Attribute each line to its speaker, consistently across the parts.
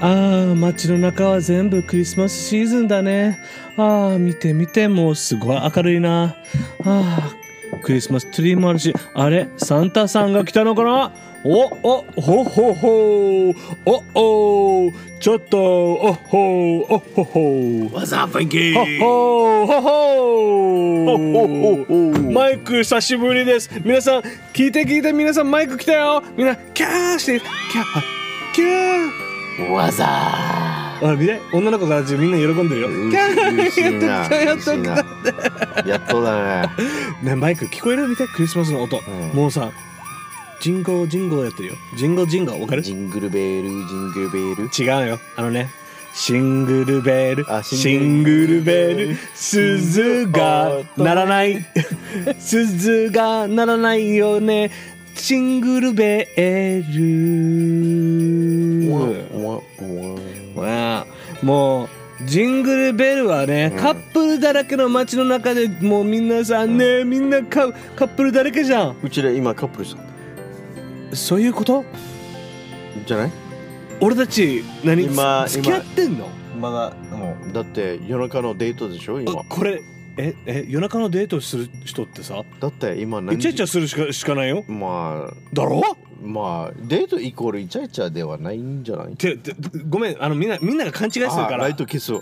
Speaker 1: ああ、街の中は全部クリスマスシーズンだね。ああ、見て見て、もうすごい明るいな。ああ、クリスマスツリーもあるし、あれ、サンタさんが来たのかなお、お、ほほほおおちょっと、おほおほほ
Speaker 2: What's up, Frankie?
Speaker 1: ほほほ
Speaker 2: ほ
Speaker 1: ほ
Speaker 2: ほほ
Speaker 1: マイク久しぶりです皆さん聞いて聞いて皆さんマイク来たよみんなキャーしてキャーキャー
Speaker 2: What's up?
Speaker 1: あ見て女の子たちみんな喜んでるよ。キャー
Speaker 2: 嬉しい
Speaker 1: やっ
Speaker 2: な
Speaker 1: と来たやっ
Speaker 2: 嬉
Speaker 1: と
Speaker 2: し
Speaker 1: 来
Speaker 2: いなやっとだね。
Speaker 1: たねマイク聞こえる見てクリスマスの音、
Speaker 2: ん
Speaker 1: もうさジンゴージンゴーやってるよジンゴージンゴーわかる違
Speaker 2: ジングルベール、ジングルベール。
Speaker 1: うよあのねシングルベール
Speaker 2: あ
Speaker 1: シ
Speaker 2: シ
Speaker 1: ン
Speaker 2: ン
Speaker 1: グ
Speaker 2: グ
Speaker 1: ル
Speaker 2: ル
Speaker 1: ベ
Speaker 2: ベ
Speaker 1: ー
Speaker 2: ー
Speaker 1: ル
Speaker 2: ル
Speaker 1: 鈴が鳴らない鈴が鳴らないよねシングルベールわあもうジングルベルはね、カップルだらけの街の中でもうみんなさ、ねえみんなカカップルだらけじゃん
Speaker 2: うちら今カップルしたんだ
Speaker 1: そういうこと
Speaker 2: じゃない
Speaker 1: 俺たち何
Speaker 2: 今
Speaker 1: 付き合ってんの
Speaker 2: まだ、もう。だって夜中のデートでしょ、
Speaker 1: あ
Speaker 2: 今。
Speaker 1: これええ夜中のデートする人ってさ
Speaker 2: だって今何
Speaker 1: イチャ
Speaker 2: 時
Speaker 1: イチャするしかしかないよ
Speaker 2: まあ、
Speaker 1: だろ
Speaker 2: まあ、デートイコールイチャイチャではないんじゃない
Speaker 1: ててごめんあのみんなみんなが勘違いするか
Speaker 2: あ
Speaker 1: ら
Speaker 2: ライト消すわ。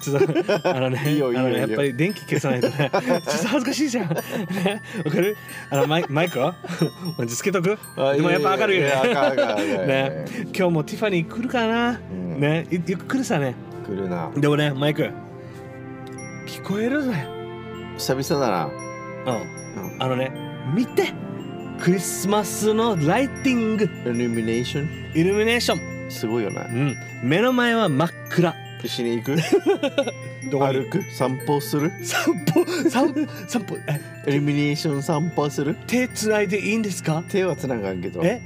Speaker 1: ちょっとあのね
Speaker 2: いいよいいよ
Speaker 1: あのね
Speaker 2: いい
Speaker 1: やっ
Speaker 2: よ
Speaker 1: ぱり電気消さないとねちょっと恥ずかしいじゃん、ね、わかるあのマイマイクは つけとく
Speaker 2: あ
Speaker 1: でもやっぱ明るいよ
Speaker 2: いやいやいや明るい明
Speaker 1: ね
Speaker 2: るい
Speaker 1: ね今日もティファニー来るかな、
Speaker 2: うん
Speaker 1: ねいよく来るさね
Speaker 2: 来るな。
Speaker 1: でもねマイク聞こえるぜ
Speaker 2: 久々だな。
Speaker 1: うん、
Speaker 2: う
Speaker 1: あのね見てクリスマスのライティング
Speaker 2: イルミネーション
Speaker 1: イルミネーション、
Speaker 2: すごいよな
Speaker 1: う。ん、目の前は真っ暗
Speaker 2: 一緒に 行く
Speaker 1: どこに
Speaker 2: 歩く 散歩する
Speaker 1: 散歩散歩散歩え
Speaker 2: イルミネーション散歩する
Speaker 1: 手つないでいいんですか
Speaker 2: 手はつながんけど。
Speaker 1: え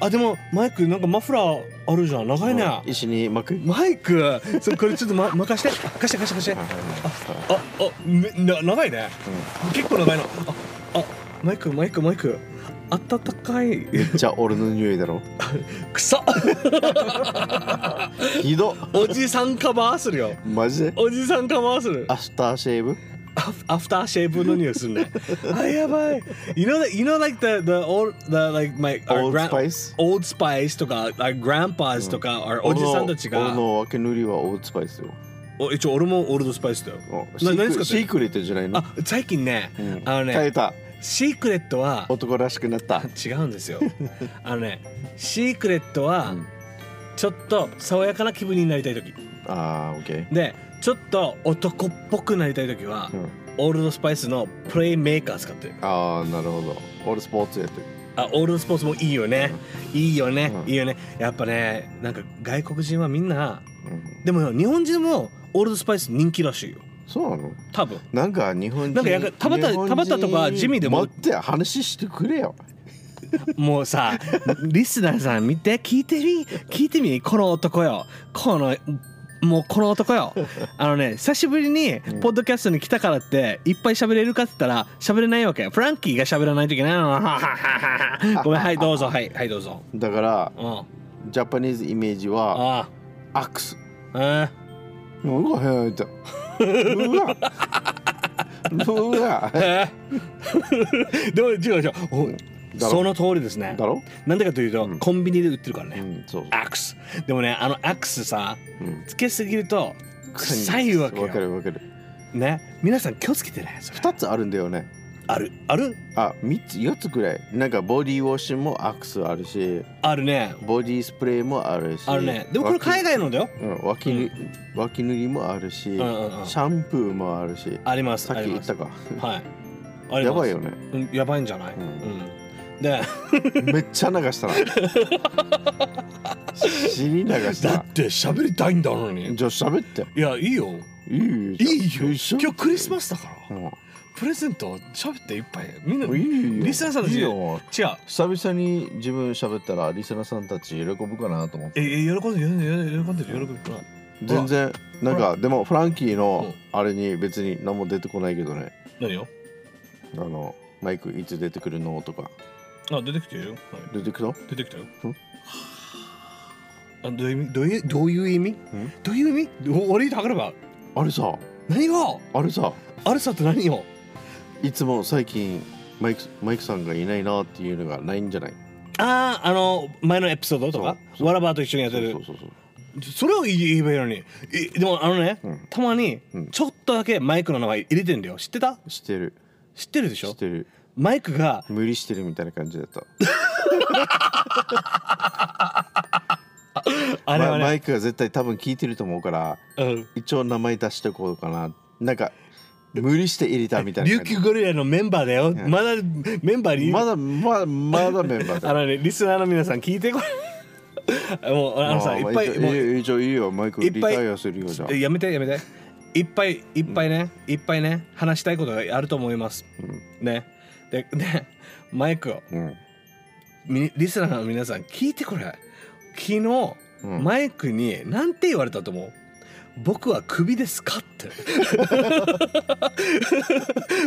Speaker 1: あでもマイクなんかマフラーあるじゃん長いね
Speaker 2: うん一緒に巻く
Speaker 1: マイクそこれちょっと、ま、任して貸して貸して貸してああめな長いね結構長いなああマイクマイクマイク暖かい
Speaker 2: めっちゃ俺の匂いだろ。
Speaker 1: 草
Speaker 2: ひどっ
Speaker 1: おじさんカバーするよ
Speaker 2: マジで
Speaker 1: おじさんカバーする
Speaker 2: アフターシェーブ
Speaker 1: アフアフターシェイブの匂いするね あやばい You know that you know like the the old the like my
Speaker 2: Old Spice?
Speaker 1: Old Spice とか like grandpas とか、our おじさんたちが
Speaker 2: 俺の分け塗りはオールスパイスよ。
Speaker 1: お一応俺もオールドスパイスだよ。
Speaker 2: うん
Speaker 1: な
Speaker 2: シーク
Speaker 1: 何使って
Speaker 2: シ
Speaker 1: る
Speaker 2: ークレットじゃないの
Speaker 1: あ最近ね、
Speaker 2: うん
Speaker 1: あの
Speaker 2: 変え
Speaker 1: ね
Speaker 2: た。
Speaker 1: シークレットは
Speaker 2: 男らしくなった。
Speaker 1: 違うんですよ。あのねシークレットは、
Speaker 2: うん
Speaker 1: ちょっと爽やかな気分になりたい時
Speaker 2: ああ、オッケー。
Speaker 1: でちょっと男っぽくなりたい時は、
Speaker 2: うん
Speaker 1: オールドスパイスのプレイメーカー使ってる。
Speaker 2: ああ、なるほど。俺スポーツやってる。
Speaker 1: あオールドスポーツもいいよね、いいよね、
Speaker 2: うん
Speaker 1: いいよねやっぱねなんか外国人はみんな
Speaker 2: うん
Speaker 1: でも日本人もオールドスパイス人気らしいよ
Speaker 2: そうなの
Speaker 1: 多分
Speaker 2: なんか日本人
Speaker 1: なんかやか田畑
Speaker 2: 日本人
Speaker 1: 田畑とかジミーでも
Speaker 2: 待って話してくれよ
Speaker 1: もうさリスナーさん見て聞いてみ聞いてみこの男よこのもうこの男よあのね久しぶりにポッドキャストに来たからっていっぱい喋れるかって言ったら喋れないわけよフランキーが喋らないといけないのごめんはいどうぞはいはいどうぞ
Speaker 2: だから
Speaker 1: うんあ
Speaker 2: ジャパニーズイメージは
Speaker 1: あ
Speaker 2: アクス
Speaker 1: えー
Speaker 2: うわへえとうわうわ
Speaker 1: えー でも違う違うお
Speaker 2: だろ
Speaker 1: その通りですね
Speaker 2: だろ
Speaker 1: なんでかというと、
Speaker 2: ん
Speaker 1: コンビニで売ってるからね、
Speaker 2: うんそう
Speaker 1: アクスでもねあのアクスさ
Speaker 2: うん
Speaker 1: つけすぎると臭いわけ
Speaker 2: わか
Speaker 1: よ
Speaker 2: るわかる
Speaker 1: ね皆さん気をつけてねそれ
Speaker 2: 二つあるんだよね
Speaker 1: あるある
Speaker 2: あ三つ四つくらいなんかボディウォッシュもアクスあるし
Speaker 1: あるね
Speaker 2: ボディスプレーもあるし
Speaker 1: あるねでもこれ海外のだよ
Speaker 2: うん脇ぬ脇塗りもあるしシ
Speaker 1: んうんうん
Speaker 2: ャンプーもあるし
Speaker 1: あります
Speaker 2: さ
Speaker 1: あ
Speaker 2: っき
Speaker 1: り
Speaker 2: 言
Speaker 1: ま
Speaker 2: っ
Speaker 1: す
Speaker 2: たか
Speaker 1: はいあります
Speaker 2: やばいよね
Speaker 1: うんやばいんじゃない、うん
Speaker 2: ん
Speaker 1: で
Speaker 2: めっちゃ流し たな。尻流し
Speaker 1: だ
Speaker 2: た
Speaker 1: っ。て喋りたいんだのに
Speaker 2: じゃあ喋って。
Speaker 1: いやいいよ
Speaker 2: いいよ
Speaker 1: い
Speaker 2: じゃあ
Speaker 1: いよ
Speaker 2: 一緒
Speaker 1: 今日クリスマスだから
Speaker 2: うん
Speaker 1: プレゼント喋っていっぱいみんない
Speaker 2: いよ
Speaker 1: リスナーさんたち
Speaker 2: いいよ
Speaker 1: 違う
Speaker 2: 久々に自分喋ったらリスナーさんたち喜ぶかなと思って
Speaker 1: ええ喜んでる喜んでる喜んでる喜んでる
Speaker 2: 全然なんかでもフランキーの
Speaker 1: う
Speaker 2: あれに別に何も出てこないけどね
Speaker 1: 何よ
Speaker 2: あのマイクいつ出てくるのとか
Speaker 1: あ出てきてるよ、はい
Speaker 2: 出てくの
Speaker 1: 出てきたよ
Speaker 2: うん。
Speaker 1: あどういう意味どういうどういう意味どういう意味お俺に測れば
Speaker 2: あれさ
Speaker 1: 何が
Speaker 2: あれさ
Speaker 1: あるさって何よ
Speaker 2: いつも最近マイクマイクさんがいないなっていうのがないんじゃない
Speaker 1: あああの前のエピソードとか
Speaker 2: そうそう
Speaker 1: わらばと一緒にやってる
Speaker 2: そうそうそう
Speaker 1: それを言えばいいのにいでもあのね、
Speaker 2: うん
Speaker 1: たまに
Speaker 2: うん
Speaker 1: ちょっとだけマイクの名前入れてんだよ知ってた
Speaker 2: 知ってる
Speaker 1: 知ってるでし
Speaker 2: 知
Speaker 1: ょ
Speaker 2: ってる
Speaker 1: マイクが
Speaker 2: 無理してるみたいな感じだった
Speaker 1: あれは
Speaker 2: まマ
Speaker 1: ね、
Speaker 2: イクが絶対多分聞いてると思うから
Speaker 1: うん
Speaker 2: 一応名前出しておこうかななんか無理して入れたみたいな
Speaker 1: 琉
Speaker 2: 感じ
Speaker 1: 球ゴリラのメンバーだよ、
Speaker 2: ん
Speaker 1: まだメンバーに
Speaker 2: まだまだまだメンバー
Speaker 1: あ
Speaker 2: だ
Speaker 1: のねリスナーの皆さん聞い てこれも うあのさいっぱいもう
Speaker 2: いいじゃいいよマイク
Speaker 1: いっ
Speaker 2: リ
Speaker 1: ぱい
Speaker 2: タイアするよじゃあ
Speaker 1: えやめてやめていっぱいいっぱいね、いっぱいね話したいことがあると思います、ねでねマイクを
Speaker 2: うん
Speaker 1: みリスナーの皆さん聞いてこれ昨日、
Speaker 2: うん
Speaker 1: マイクに何て言われたと思う僕はクビですかって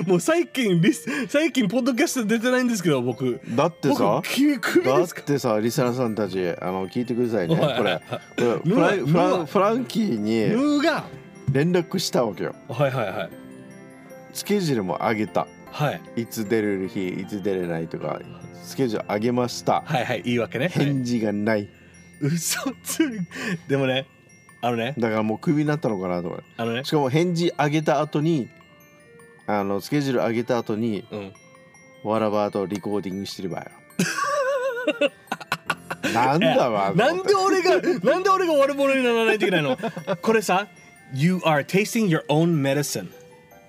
Speaker 1: もう最近リス最近ポッドキャスト出てないんですけど僕
Speaker 2: だってさ
Speaker 1: 僕君クビ
Speaker 2: だ
Speaker 1: で
Speaker 2: っ
Speaker 1: すか
Speaker 2: てさリスナーさんたちあの聞いてください
Speaker 1: お
Speaker 2: ね
Speaker 1: い
Speaker 2: これこれ
Speaker 1: う
Speaker 2: フ
Speaker 1: わ
Speaker 2: ラン
Speaker 1: う
Speaker 2: フラ
Speaker 1: わ
Speaker 2: ンフランキー
Speaker 1: ヌ
Speaker 2: に
Speaker 1: ーが
Speaker 2: 連絡したわけよ
Speaker 1: はいはいはい
Speaker 2: スケジュールも上げた
Speaker 1: はい
Speaker 2: いつ出れる日いつ出れないとかスケジュール上げました
Speaker 1: はいはい言い訳ね
Speaker 2: 返事がない
Speaker 1: 嘘ついでもねあのね
Speaker 2: だからもうクビになったのかなと思って
Speaker 1: あのね
Speaker 2: しかも返事上げた後にあのスケジュール上げた後に
Speaker 1: うん
Speaker 2: わらばとリコーディングしてればよ なんだわ
Speaker 1: なんで俺 がなんで俺が悪者にならないといけないのこれさ You are tasting your own medicine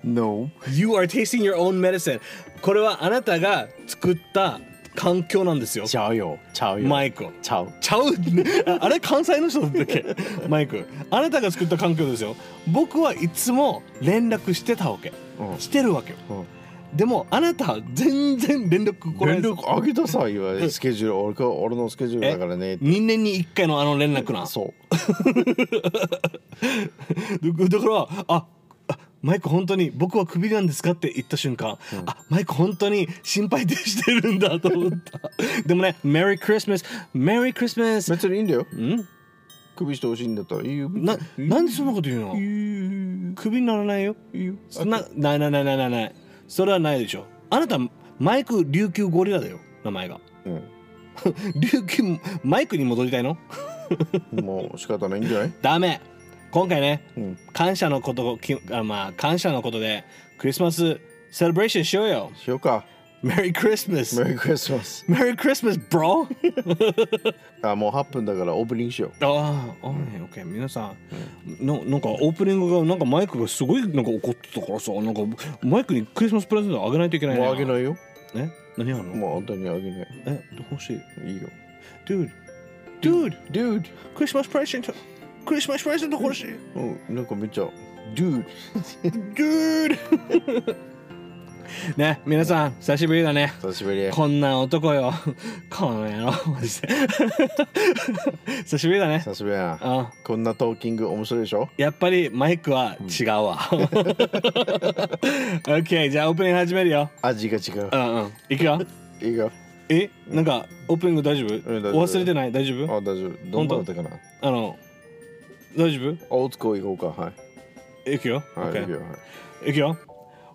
Speaker 2: No
Speaker 1: You are tasting your own medicine これはあなたが作った環境なんですよ
Speaker 2: ちゃうよちゃうよ
Speaker 1: マイクを
Speaker 2: ちゃう
Speaker 1: ちゃうねあれ関西の人だっけマイクあなたが作った環境ですよ僕はいつも連絡してたわけ、
Speaker 2: うん
Speaker 1: してるわけよ
Speaker 2: うん
Speaker 1: でもあなた全然連絡これ
Speaker 2: 連絡上げたさ言われスケジュール俺か俺のスケジュールだからねって
Speaker 1: 2年に1回のあの連絡な
Speaker 2: そう
Speaker 1: だだからああマイク本当に僕はクビなんですかって言った瞬間、あマイク本当に心配でしてるんだと思った でもねメリークリスマスメリークリスマス
Speaker 2: 別にいいんだよ
Speaker 1: ん
Speaker 2: クビしてほしいんだったらいいよ
Speaker 1: ななんでそんなこと言うのクビにならないよ
Speaker 2: いいよ
Speaker 1: そんなないないないないないないそれはないでしょあなたマイク琉球ゴリラだよ名前が
Speaker 2: う
Speaker 1: 琉球マイクに戻りたいの
Speaker 2: んもう仕方ないんじゃない
Speaker 1: ダメ今回ね
Speaker 2: うん
Speaker 1: 感謝のこときあまあ感謝のことでクリスマスセレブレーションしようよ
Speaker 2: しようか
Speaker 1: メリークリスマス
Speaker 2: メリークリスマス
Speaker 1: メリークリスマスブ ロー
Speaker 2: あもう8分だからオープニングしよう
Speaker 1: ああ、オッケー、皆さん、ななんかオープニングが、なんかマイクがすごいなんか怒ってたからさ、なんかマイクにクリスマスプレゼントあげないといけない。
Speaker 2: もうあげないいよ
Speaker 1: え何やるの
Speaker 2: もうあんたにあげない
Speaker 1: え欲しい。
Speaker 2: いいよ
Speaker 1: Dude、Dude、
Speaker 2: Dude
Speaker 1: クリスマスプレゼント、クリスマスプレゼント欲 しい。
Speaker 2: うんなんかめっちゃ Dude
Speaker 1: Dude ね、皆さん、久しぶりだね。
Speaker 2: 久しぶり
Speaker 1: こんな男よ。 この野郎、マジで。 久しぶりだね。
Speaker 2: 久しぶりやな
Speaker 1: あ
Speaker 2: こんなトーキング面白いでしょ
Speaker 1: やっぱりマイクは違うわ。OK、じゃあオープニング始めるよ。
Speaker 2: 味が違う
Speaker 1: うんうん。いくよ。
Speaker 2: いいよ
Speaker 1: え、なんかオープニング大丈夫？
Speaker 2: ん大丈夫
Speaker 1: お忘れてない？大丈
Speaker 2: あ
Speaker 1: 夫？あ
Speaker 2: 大丈夫どんなだったかな
Speaker 1: の大丈夫？
Speaker 2: オーツコ行こうかはい
Speaker 1: いくよ。
Speaker 2: はいいい
Speaker 1: OK
Speaker 2: よはい
Speaker 1: Ikyo.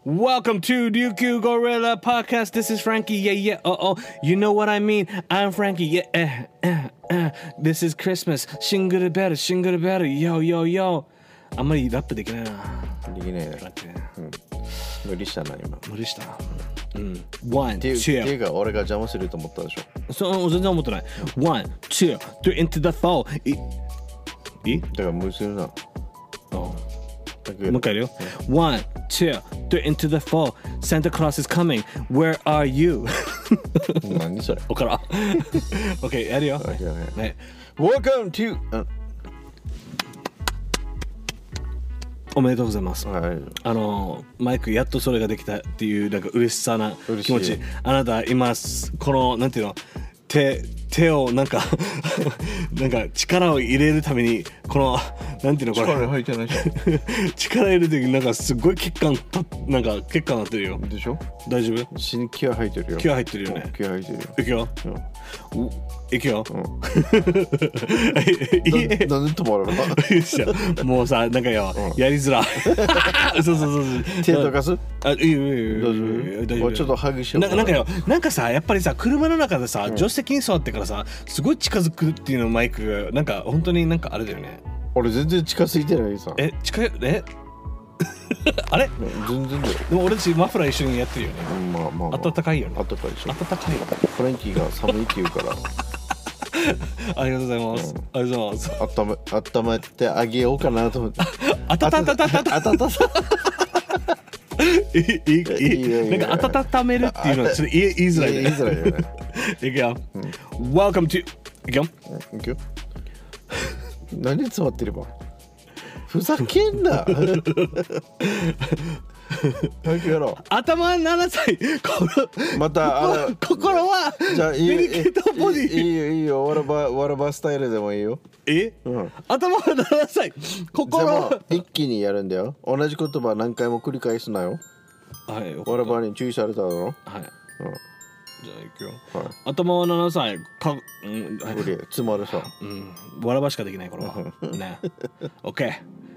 Speaker 1: Welcome to Ryukyu Gorilla Podcast. This is Frankie. Yeah, yeah. Uh oh. You know what I mean. I'm Frankie. Yeah. eh, eh, eh. This is Christmas. Shinguru better. Shinguru better. Yo, yo, yo. あんまりラップできないな。
Speaker 2: できないね
Speaker 1: だって
Speaker 2: 無理したな今っ
Speaker 1: 無理した。うん。One, Hmm.
Speaker 2: ていうってい
Speaker 1: two. oh,
Speaker 2: うか俺が邪魔すると思ったでしょ
Speaker 1: そう、全然思ってない。One, two, three, into the E, four. い、い
Speaker 2: だから無理するな
Speaker 1: おう
Speaker 2: だけど
Speaker 1: もう一回やるよ。One, two, three, into the four. Santa Claus is coming. Where are you?
Speaker 2: 何それ
Speaker 1: わからん。OK、やるよ。
Speaker 2: だけどね
Speaker 1: ね。
Speaker 2: Welcome to うん
Speaker 1: おめでとうございます
Speaker 2: はい
Speaker 1: あのマイクやっとそれができたっていうなんか嬉しさな
Speaker 2: 嬉しい
Speaker 1: 気持ちあなた今すこのなんていうの手手をなんか なんか力を入れるためにこのなんていうのこ
Speaker 2: 力
Speaker 1: れ
Speaker 2: 入ってないし
Speaker 1: 力入れてなんかすごい血管たなんか血管なってるよ
Speaker 2: でしょ
Speaker 1: 大丈夫
Speaker 2: 死に気合入ってるよ
Speaker 1: 気合入ってるよね
Speaker 2: 気合入ってるよ
Speaker 1: いくよういくよ、 いい
Speaker 2: ななんで止ま るの
Speaker 1: よっしゃもうさなんかよ、やりづらい そうそうそうそう
Speaker 2: 手とかす
Speaker 1: あいいよいいよいいよ
Speaker 2: 大丈夫
Speaker 1: 大丈
Speaker 2: も
Speaker 1: 夫
Speaker 2: うちょっと激しい
Speaker 1: ななんかよなんかさやっぱりさ車の中でさ助手席に座ってからさすごい近づくっていうのマイクがなんか本当になんかあれだよね
Speaker 2: 俺全然近づいてないさ
Speaker 1: え近いえ あれ
Speaker 2: 全然だよ
Speaker 1: でも俺たちマフラー一緒にやってるよね
Speaker 2: うんまあまあまあ
Speaker 1: 暖かいよね
Speaker 2: 暖かいでしょ
Speaker 1: 暖かいよね
Speaker 2: フランキーが寒いって言うから
Speaker 1: ありがとうございますありがとうございます
Speaker 2: あっためあっためてあげようかなと思って
Speaker 1: あたたたたたた
Speaker 2: あたたさ
Speaker 1: いいいい
Speaker 2: いいよいいよ
Speaker 1: なんか温めるっていうのはちょっと言い言いづらい
Speaker 2: 言い
Speaker 1: ね
Speaker 2: づらいよね
Speaker 1: いくよ Welcome to いくよ
Speaker 2: いくよ何詰まってればふざけんな早くやろ
Speaker 1: 頭は7歳 こ
Speaker 2: うまたあの
Speaker 1: の心は
Speaker 2: じゃあいいよ
Speaker 1: デリケートボディ
Speaker 2: いいいいよいいよわらばわらばスタイルでもいいよ
Speaker 1: え、
Speaker 2: うん
Speaker 1: 頭は7歳
Speaker 2: で
Speaker 1: 心
Speaker 2: も
Speaker 1: は
Speaker 2: 一気にやるんだよ同じ言葉何回も繰り返すなよ
Speaker 1: はいわか
Speaker 2: わ
Speaker 1: っ
Speaker 2: らばに注意されただろ
Speaker 1: たはいじゃあ行くよ
Speaker 2: うんはい
Speaker 1: 頭は7歳かうん、はい
Speaker 2: 無理詰まるさ
Speaker 1: うん、わらばしかできないこれはね OK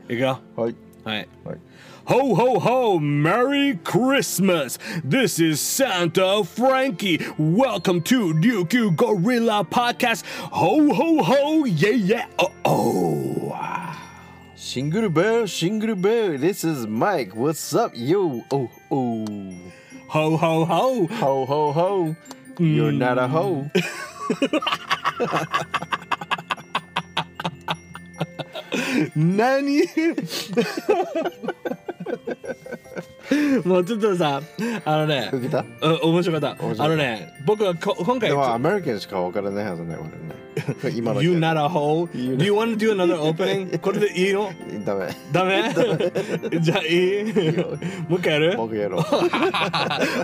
Speaker 1: 行くよ
Speaker 2: はい
Speaker 1: はい
Speaker 2: はい
Speaker 1: Ho ho ho! Merry Christmas! This is Santa Frankie. Welcome to Ryukyu Gorilla Podcast. Ho ho ho! Yeah yeah! Oh oh!
Speaker 2: シングルベルシングルベル This is Mike What's up yo oh oh
Speaker 1: Ho ho ho!
Speaker 2: ho ho ho You're not a hoe
Speaker 1: 何もうちょっとさあのね
Speaker 2: 受けた
Speaker 1: うん面白かった
Speaker 2: 面白い
Speaker 1: あのね僕はこ今回
Speaker 2: でもアメリカンしか分からないはずね俺ね今の
Speaker 1: You not a hole
Speaker 2: You
Speaker 1: Do you want to do another opening? これでいいの
Speaker 2: ダメ
Speaker 1: ダメ じゃあいいもう一回やる
Speaker 2: 僕やろう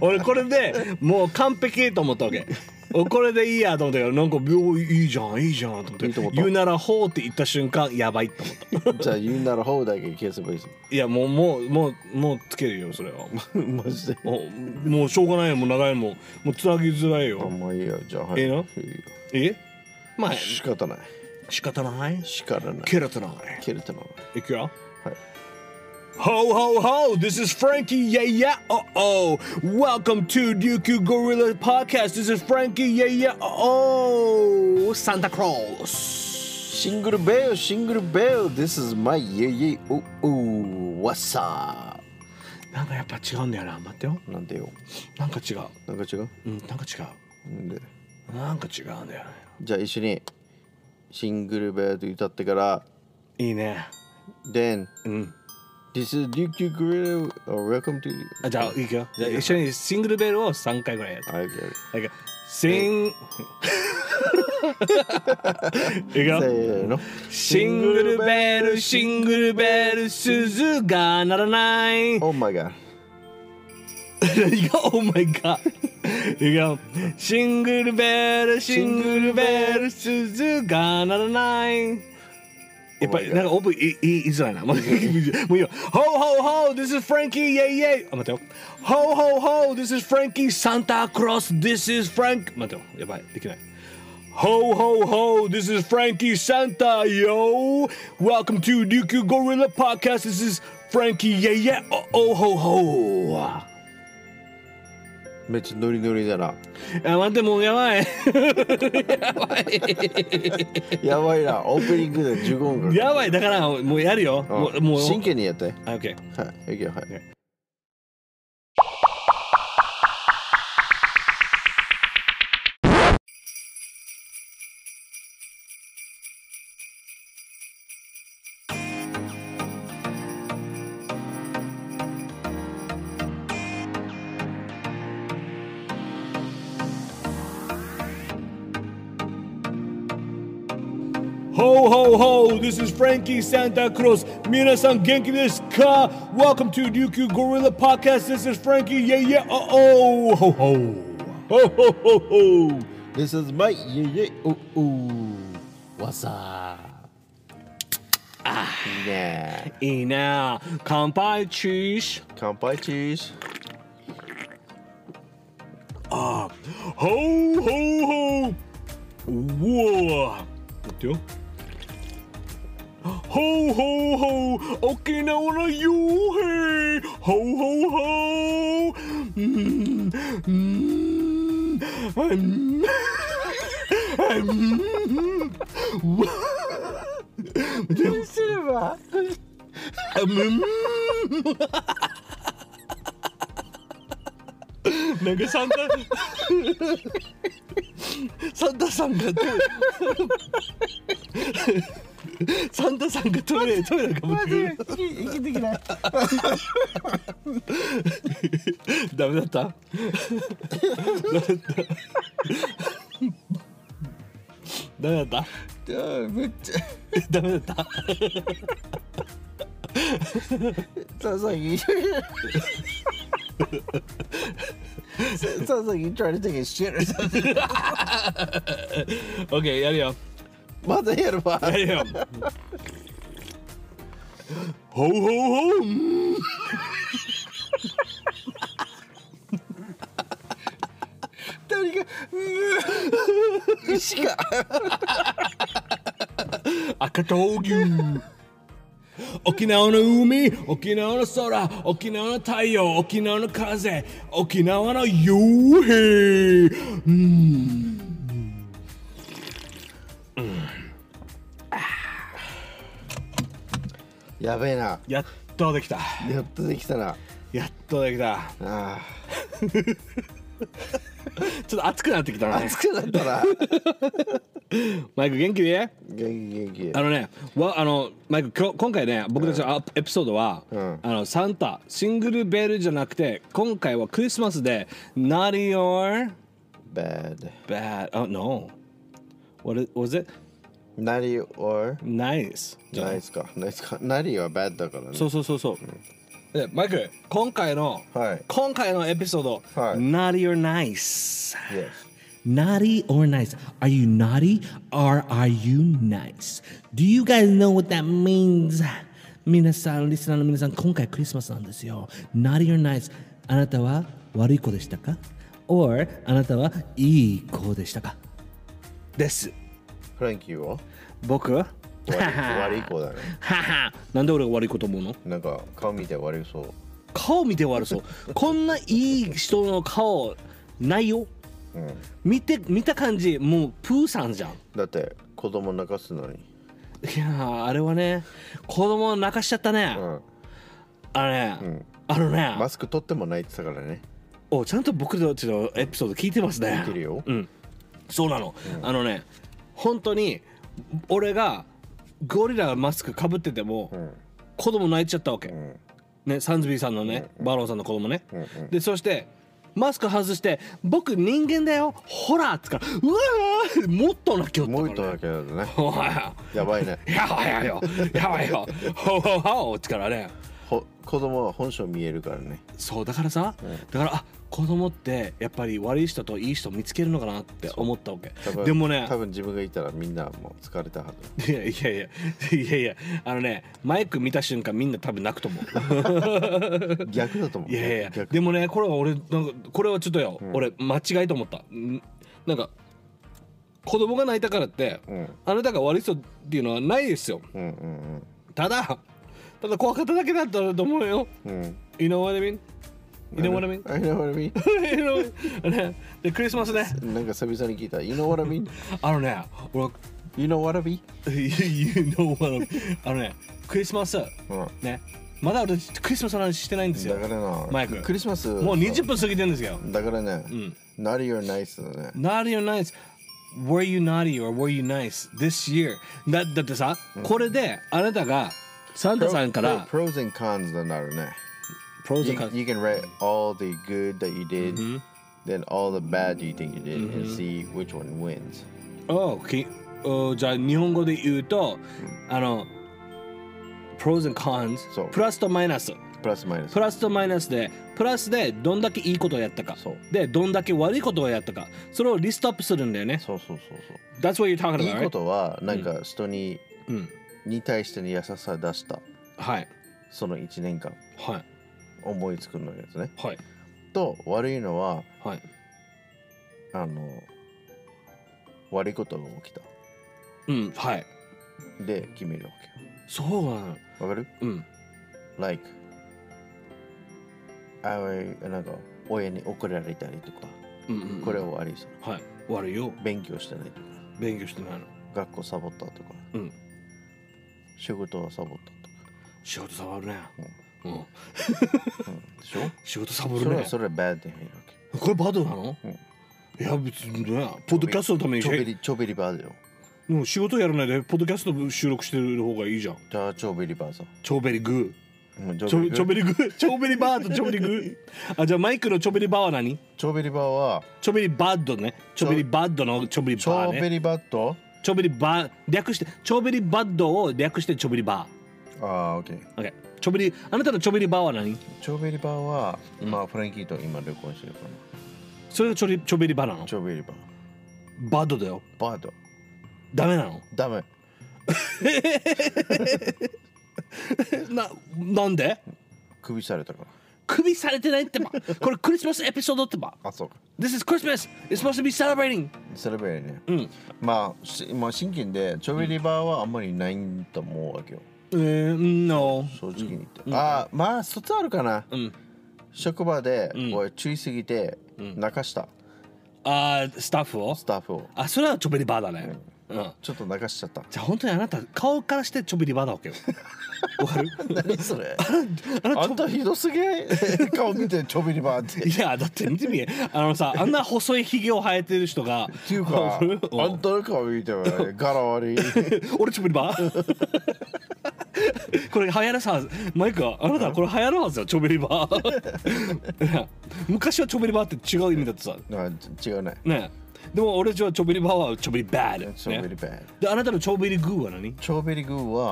Speaker 1: 俺これでもう完璧と思ったわけおこれでいいやと思ったけどなんかおいいじゃんいいじゃんと思って
Speaker 2: いいと思った
Speaker 1: You not a hole って言った瞬間やばいと思った
Speaker 2: じゃあ You not a hoe だけ消せばいいぞ
Speaker 1: いやもうもうもうもうつけるよそれは
Speaker 2: マジで
Speaker 1: おもうしょうがないよもう長いもんもうつなぎづらい
Speaker 2: あ
Speaker 1: よ
Speaker 2: んまあいいよじゃあはい
Speaker 1: いいのえまあ
Speaker 2: 仕方ない
Speaker 1: 仕方ない
Speaker 2: 仕方ない
Speaker 1: 蹴れてない
Speaker 2: 切れてない
Speaker 1: いくよ
Speaker 2: はい
Speaker 1: Ho ho ho! This is Frankie. Yeah yeah. Uh oh. Welcome to Ryukyu Gorilla Podcast. This is Frankie. Yeah yeah. Uh oh. Santa Claus.
Speaker 2: シングルベルシングルベル This is my yeah yeah oh oh What's up
Speaker 1: なんかやっぱ違うんだよな。待ってよ。
Speaker 2: なんでよ
Speaker 1: なんか違う。
Speaker 2: なんか違う
Speaker 1: うん。なんか違う。
Speaker 2: なんで
Speaker 1: なんか違うんだよね。
Speaker 2: じゃあ一緒にシングルベルと歌ってから
Speaker 1: いいね。
Speaker 2: Then
Speaker 1: うん。
Speaker 2: This is DQ Grill or Welcome to
Speaker 1: あじゃあいいよ。じゃあ一緒にシングルベルを三回ぐらいやって。
Speaker 2: I get it
Speaker 1: はい。いくよシン。 いくよ。
Speaker 2: せーの
Speaker 1: シングルベル、シングルベル、鈴が鳴らない。
Speaker 2: Oh my god
Speaker 1: 何が、オーマイガー。いや、シングルベル、シングルベル、鈴が鳴らない。やっぱり、なんかオープンいいいいづらい な。もういいよ。Ho ho ho, this is Frankie, yeah yeah. あ、待ってよ。Ho ho ho, this is Frankie, Santa Claus, this is Frank. 待ってよ。やばい、できない。Ho ho ho, this is Frankie Santa, yo. Welcome to Nuku Gorilla Podcast. This is Frankie, yeah yeah. Oh, oh ho ho.
Speaker 2: めっちゃノリノリだな
Speaker 1: あ、待って、もうやばい。
Speaker 2: やばいなオープニングで15分かかる
Speaker 1: やばい、だから、もうやるよ。も
Speaker 2: う
Speaker 1: う、
Speaker 2: ん
Speaker 1: もう。
Speaker 2: 真剣にやって
Speaker 1: あ、オッケー。
Speaker 2: はいいくよはい
Speaker 1: ほうほうほう Ho ho ho! This is Frankie Santa Cruz. Minasan genki desu ka? Welcome to Ryukyu Gorilla Podcast. This is Frankie. Yeah yeah. Uh oh. Ho ho. Ho ho ho ho.
Speaker 3: This is my yeah yeah oh oh. What's up? Ah.
Speaker 2: いいね
Speaker 1: いいなあ。乾杯チーズ。
Speaker 2: 乾杯チーズ
Speaker 1: ほうほうほう。うわあ。待ってよ。ほうほうほう。沖縄の傭兵。ほうほうほう。うーん。うーん。うーん。mm,
Speaker 3: シル バー。
Speaker 1: 음. なんかサンタ サンタさんがトイ レサンタさんがトイレトイレかも
Speaker 3: マジで生き生きてきない。
Speaker 1: ダメだった ダメだ った
Speaker 3: めっちゃ
Speaker 1: ダメだったダメだった
Speaker 3: ささぎ。Sounds like you trying to take a shit or something.
Speaker 1: OK やるよ
Speaker 3: What the hell, man?
Speaker 1: やるよほうほうほううん
Speaker 3: 誰がうー牛 が
Speaker 1: 赤闘牛沖縄の海沖縄の空沖縄の太陽沖縄の風沖縄の夕日うん
Speaker 2: やべえな
Speaker 1: やっとできた
Speaker 2: やっとできたな
Speaker 1: やっとできた
Speaker 2: あ
Speaker 3: Ah.
Speaker 1: ちょっと暑くなってきた
Speaker 2: ー
Speaker 1: ね
Speaker 2: 熱くなったな
Speaker 1: マイク元気で
Speaker 2: 元気元気
Speaker 1: あのねわあのマイク今日今回ね僕たちのあエピソードは、
Speaker 2: うん
Speaker 1: あのサンタシングルベルじゃなくて今回はクリスマスで「Not your
Speaker 2: bad
Speaker 1: bad oh no what is, was it
Speaker 2: Nutty or
Speaker 1: nice じゃない
Speaker 2: ないっすかないっすか Nutty は bad だからね
Speaker 1: そうそうそうそう、でマイク今回の、
Speaker 2: はい
Speaker 1: 今回のエピソード「
Speaker 2: はい
Speaker 1: Naughty or Nice」
Speaker 2: Yes
Speaker 4: Naughty or nice? Are you naughty or are you nice? Do you guys know what that means? 皆さん、リスナーの皆さん、今回クリスマスなんですよ。Naughty or nice? あなたは悪い子でしたか ?or あなたはいい子でしたか
Speaker 1: です
Speaker 2: フランキーは
Speaker 1: 僕は
Speaker 2: 悪い悪い子 だね
Speaker 1: はなんで俺が悪いこと思うの
Speaker 2: なんか顔見て悪そう
Speaker 1: 顔見て悪そうこんないい人の顔ないよ、見て見た感じもうプーさんじゃん
Speaker 2: だって子供泣かすのに
Speaker 1: いやーあれはね子供を泣かしちゃったね、
Speaker 2: うん
Speaker 1: あれね、
Speaker 2: ん
Speaker 1: あのね、
Speaker 2: マスク取っても泣いてたからね
Speaker 1: おちゃんと僕たちのエピソード聞いてますね
Speaker 2: 聞いてるよ
Speaker 1: うんそうなの、あのね本当に俺がゴリラマスクかぶってても、子供泣いちゃったわけ、ね、サンズビーさんのね、バロンさんの子供ね、でそしてマスク外して「僕人間だよほら」っつから「うわーもっと泣きよった
Speaker 2: もう
Speaker 1: か
Speaker 2: 一
Speaker 1: ら
Speaker 2: だ
Speaker 1: ね
Speaker 2: け だとね
Speaker 1: おい
Speaker 2: やばいね
Speaker 1: やばいやばいよやばいよほほほっつからね
Speaker 2: ほ子供は本性見えるからね
Speaker 1: そうだからさ、だからあ子供ってやっぱり悪い人といい人見つけるのかなって思ったわけ
Speaker 2: 多分
Speaker 1: でもね
Speaker 2: 多分自分がいたらみんなもう疲れたは ず
Speaker 1: いやいやいやいやいやあのねマイク見た瞬間みんな多分泣くと思 う
Speaker 2: 逆だと思う
Speaker 1: い
Speaker 2: ね
Speaker 1: やいやいや
Speaker 2: 逆
Speaker 1: でもねこれは俺なんかこれはちょっとよ、俺間違いと思ったんなんか子供が泣いたからって、
Speaker 2: ん
Speaker 1: あなたが悪い人っていうのはないですよ
Speaker 2: うんうん
Speaker 1: ただただ怖かっただけだったと思うよ
Speaker 2: うんうん
Speaker 1: You know what I mean? You know what I mean?
Speaker 2: I know what I mean
Speaker 1: You know- あのねでクリスマスね
Speaker 2: なんか久々に聞いた You know what I mean
Speaker 1: あのね俺
Speaker 2: You know what I mean
Speaker 1: you know what I mean あのねクリスマス
Speaker 2: うん
Speaker 1: ねまだ俺クリスマスの話してないんですよ
Speaker 2: だからな
Speaker 1: マイク
Speaker 2: クリスマス
Speaker 1: もう20分過ぎてるんですよ
Speaker 2: だからね、なるよないっすよね
Speaker 1: Naughty or nice Were you naughty or were you nice this year だだってさ、これであなたがサンタさんから
Speaker 2: Pro- pro- pros and cons になるね
Speaker 1: pros
Speaker 2: you,
Speaker 1: and cons
Speaker 2: you can write all the good that you did then all the bad you think you did and see which one wins
Speaker 1: Oh, can おじゃあ日本語で言うとあの pros and cons
Speaker 2: そう
Speaker 1: プラスとマイナス
Speaker 2: プラスマイナス
Speaker 1: プラスとマイナスでプラスでどんだけいいことをやったか
Speaker 2: そう
Speaker 1: でどんだけ悪いことをやったかそれをリストアップするんだよね
Speaker 2: そうそうそう
Speaker 1: That's what you're talking
Speaker 2: そう
Speaker 1: about
Speaker 2: いいこ
Speaker 1: right?
Speaker 2: とはなんか人に、
Speaker 1: うん
Speaker 2: に対しての優しさ出した
Speaker 1: はい
Speaker 2: その1年間
Speaker 1: はい
Speaker 2: 思いつくのやつね
Speaker 1: はい
Speaker 2: と悪いのは
Speaker 1: はい
Speaker 2: あの悪いことが起きた
Speaker 1: うんはい
Speaker 2: で決めるわ
Speaker 1: そうなの
Speaker 2: けわかる
Speaker 1: うん
Speaker 2: like あなんか親に怒られたりとか
Speaker 1: うんうんうん
Speaker 2: これは悪いさ
Speaker 1: はい悪いよ
Speaker 2: 勉強してないとか
Speaker 1: 勉強してないの
Speaker 2: 学校サボったとか、
Speaker 1: うん
Speaker 2: 仕事はサボったとか
Speaker 1: 仕事サボるねうん
Speaker 2: うんでしょ
Speaker 1: 仕事サボ
Speaker 2: そ
Speaker 1: る
Speaker 2: れ
Speaker 1: ね
Speaker 2: はそれはバッドに入るわけ
Speaker 1: これバードなの、
Speaker 2: うん
Speaker 1: いや別にねポッドキャストのために
Speaker 2: ちょび
Speaker 1: で
Speaker 2: りちょびりバーだよ
Speaker 1: も仕事やらないでポッドキャスト収録してる方がいいじゃん
Speaker 2: じゃあちょびりバーさ
Speaker 1: チョーベリグ
Speaker 2: うん
Speaker 1: ー
Speaker 2: ちょ
Speaker 1: チョ
Speaker 2: び
Speaker 1: チョベリグーチョーベリバーとチョベリグーあじゃあマイクのチョベリバーは何
Speaker 2: ちょびりバーは
Speaker 1: チョベリバッドねチョベリバッドのチョベリ
Speaker 2: ちょ
Speaker 1: バー
Speaker 2: び
Speaker 1: ね
Speaker 2: りバット
Speaker 1: チョベリバー略してチョベリバッドを略してチョベリバ
Speaker 2: ああオッケー
Speaker 1: ー OK チョベリあなたのチョベリバーは何
Speaker 2: チョベリバーは今フランキーと今旅行してるから
Speaker 1: それがチョリチョベリバーなの
Speaker 2: チョベリバー
Speaker 1: バッドだよ
Speaker 2: バード
Speaker 1: ダメなの
Speaker 2: ダメ
Speaker 1: えななんで
Speaker 2: 首されたから
Speaker 1: 首されてないってばこれクリスマスエピソードってば
Speaker 2: あそうか
Speaker 1: This is Christmas! It's supposed to be celebrating!
Speaker 2: セレブレね、
Speaker 1: うん
Speaker 2: まあしまあ真剣でチョベリバーはあんまりないと思うわけよ
Speaker 1: えー、no.
Speaker 2: 正直に言って、あーまあ卒あるかな、
Speaker 1: ん
Speaker 2: 職場で、俺注意すぎて泣かした、
Speaker 1: あースタッフを
Speaker 2: スタッフを
Speaker 1: あ、それはチョベリバーだね。うん。
Speaker 2: ちょっと泣かしちゃった
Speaker 1: じゃあ本当にあなた、顔からしてチョベリバーだわ けよ。わかる
Speaker 2: 何それ あんたひどすぎ ない顔見てチョベリバーって
Speaker 1: いや、だって見てみあのさ、あんな細いひげを生えてる人が。っ
Speaker 2: ってい うかあんたの顔見て 柄悪い
Speaker 1: 俺チョベリバーこれ流行らさマイクはあなたこれ流行るはずよチョベリバー昔はチョベリバーって違う意味だってさ
Speaker 2: あ違うね
Speaker 1: ねでも俺じゃあチョベリバーはチョベリバー
Speaker 2: チョベ
Speaker 1: ね
Speaker 2: リバー
Speaker 1: であなたのチョベリグーは何
Speaker 2: チョベリグーは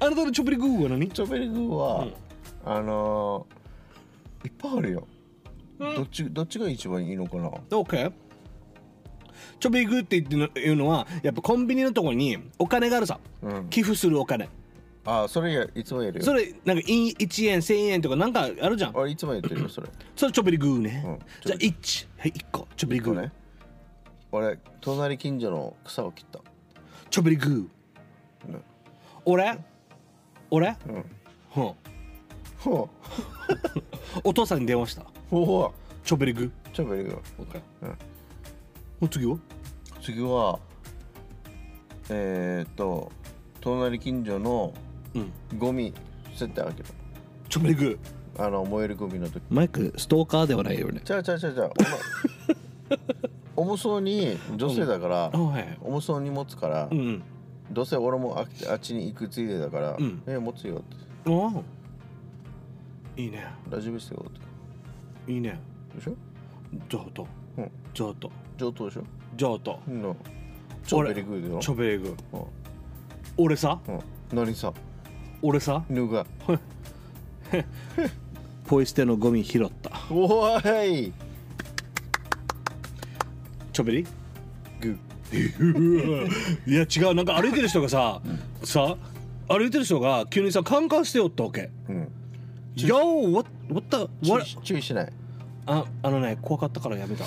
Speaker 1: あなたのチョベリグーは何
Speaker 2: チョベリグーは、あのーいっぱいあるよ、どっちどっちが一番いいのかな
Speaker 1: ?OK チョベリグーって言っての言うのはやっぱコンビニのところにお金があるさ、寄付するお金
Speaker 2: あそれやいつもやるよ
Speaker 1: それなんかい1円1000円とかなんかあるじゃん
Speaker 2: 俺いつもやってるよそれ
Speaker 1: それチョベリグーね、
Speaker 2: うん
Speaker 1: じゃあ1はい1個チョベリグ
Speaker 2: こ
Speaker 1: ー、
Speaker 2: れね俺隣近所の草を切った
Speaker 1: チョベリグー、俺俺、うん
Speaker 2: ほ
Speaker 1: お父さんに電話した
Speaker 2: うほ
Speaker 1: チョベリグ
Speaker 2: うチョベリグー
Speaker 1: ー OK、
Speaker 2: うん
Speaker 1: お次は
Speaker 2: 次はえー、っと隣近所の
Speaker 1: うん
Speaker 2: ゴミ捨ててあげる
Speaker 1: チョベリグー
Speaker 2: あの燃えるゴミの時
Speaker 1: マイクストーカーではないよね
Speaker 2: ちゃうちゃうちゃうちゃう お前重そうに女性だから、
Speaker 1: あはい
Speaker 2: 重そうに持つから、
Speaker 1: うん
Speaker 2: どうせ俺もああっちに行くついでだから「
Speaker 1: うん
Speaker 2: え持つよ」って
Speaker 1: おーいいね
Speaker 2: 「大丈夫ですよ」って
Speaker 1: いいね
Speaker 2: でしょ
Speaker 1: 上等
Speaker 2: うん
Speaker 1: 上等
Speaker 2: 上等でしょ
Speaker 1: 上等
Speaker 2: うんチョベリグーだよ
Speaker 1: チョベリグ
Speaker 2: うん
Speaker 1: 俺さ
Speaker 2: うん何さ
Speaker 1: 俺さ
Speaker 2: ぬが
Speaker 1: ポイ捨てのゴミ拾った
Speaker 2: おい
Speaker 1: チョベリ
Speaker 2: グ
Speaker 1: いや違うなんか歩いてる人がささ歩いてる人が急にさカンカンしてよったわけ
Speaker 2: ーうん
Speaker 1: よー what what the
Speaker 2: 注意
Speaker 1: what
Speaker 2: し注意 しない
Speaker 1: ああのね怖かったからやめた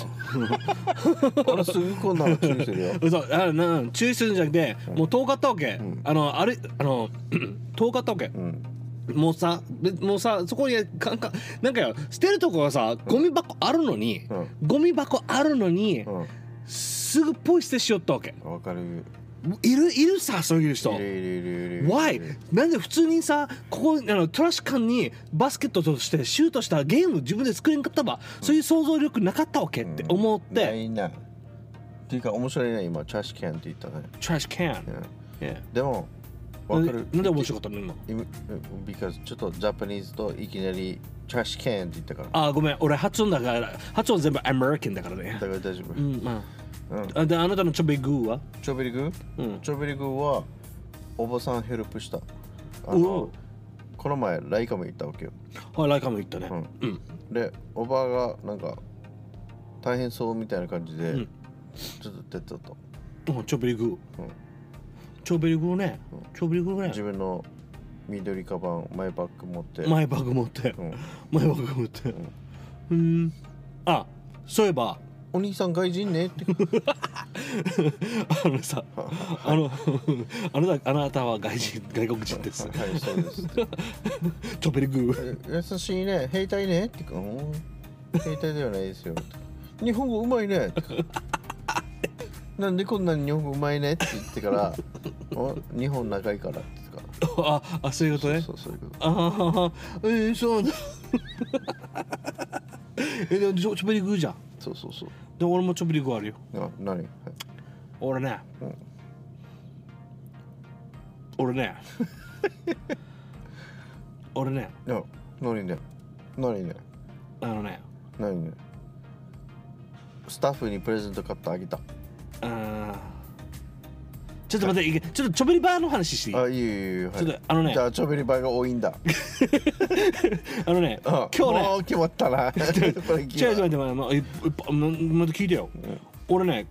Speaker 2: 俺すぐこんなの注意するよ
Speaker 1: 嘘あな注意するんじゃなくてもう遠かったわけ、あのあれあの 遠かったわけ、
Speaker 2: うん
Speaker 1: もうさべもうさそこにかんかんなんかよ捨てるとこがさゴミ箱あるのに、
Speaker 2: うん
Speaker 1: ゴミ箱あるのに、
Speaker 2: う
Speaker 1: すぐポイ捨てしよったわけ
Speaker 2: んわかる
Speaker 1: いるいるさそういう人
Speaker 2: いるいるいるいる
Speaker 1: Why? なんで普通にさここあのトラッシュ缶にバスケットとしてシュートしたゲーム自分で作れんかったば、そういう想像力なかったわけって思っ
Speaker 2: な
Speaker 1: て、
Speaker 2: いなっていうか面白いね今チャッシュキャンって言ったね
Speaker 1: Trash can、
Speaker 2: うん
Speaker 1: Yeah.
Speaker 2: でもわかる
Speaker 1: なんで面白かったの今
Speaker 2: 今 because ちょっとジャパニーズといきなりトラッシュキャンって言ったから
Speaker 1: あーごめん俺発音だから発音全部アメリカンだからね
Speaker 2: だから大丈夫、
Speaker 1: うんま
Speaker 2: うん
Speaker 1: ああであなたのちょびグーは
Speaker 2: チョベリグ
Speaker 1: うん
Speaker 2: チョベリグはおばさんヘルプしたあ
Speaker 1: おう
Speaker 2: のこの前ライカも行ったわけよ
Speaker 1: はいライカも言ったねうん
Speaker 2: でおばがなんか大変そうみたいな感じで、
Speaker 1: うん
Speaker 2: ちょっと手伝った
Speaker 1: うんちょびグー
Speaker 2: うん
Speaker 1: ちょびグーねちょびグーね
Speaker 2: 自分の緑カバンマイバッグ持って、
Speaker 1: マイバッグ持って
Speaker 2: うん
Speaker 1: マイバッグ持ってうんあそういえば
Speaker 2: お兄さん外人ねって
Speaker 1: あのさあのあなたあなたは外人外国人です
Speaker 2: はいそうですって
Speaker 1: ちょびグー
Speaker 2: え優しいね兵隊ねってかうん兵隊ではないですよ日本語うまいねってなんでこんなに日本語うまいねって言って からお日本長いからって言ってか
Speaker 1: ああそういうこと
Speaker 2: ら
Speaker 1: ね
Speaker 2: そうそうそういうこと
Speaker 1: ああえー、そうなんだえでもちょちょびグーじゃん
Speaker 2: そうそうそう
Speaker 1: で俺もちょびグーあるよ
Speaker 2: な何、はい、
Speaker 1: 俺ね、
Speaker 2: うん
Speaker 1: 俺ね俺ね
Speaker 2: いや何ね何ね
Speaker 1: あのね
Speaker 2: 何ねスタッフにプレゼント買ってあげた
Speaker 1: うーんちょっと待っていけちょっとちょびりバーの話していい
Speaker 2: あいいよいいよいいよ、はい、
Speaker 1: ちょっとあのね
Speaker 2: じゃあチョベリバが多いんだ
Speaker 1: あのね
Speaker 2: 今
Speaker 1: 今日
Speaker 2: も
Speaker 1: ね
Speaker 2: う決まったな これ
Speaker 1: ちょっと待って
Speaker 2: 決ま
Speaker 1: ちょ
Speaker 2: っ
Speaker 1: っと待ってまあまあいっぱいままだ聞いてよ
Speaker 2: ん
Speaker 1: 俺ね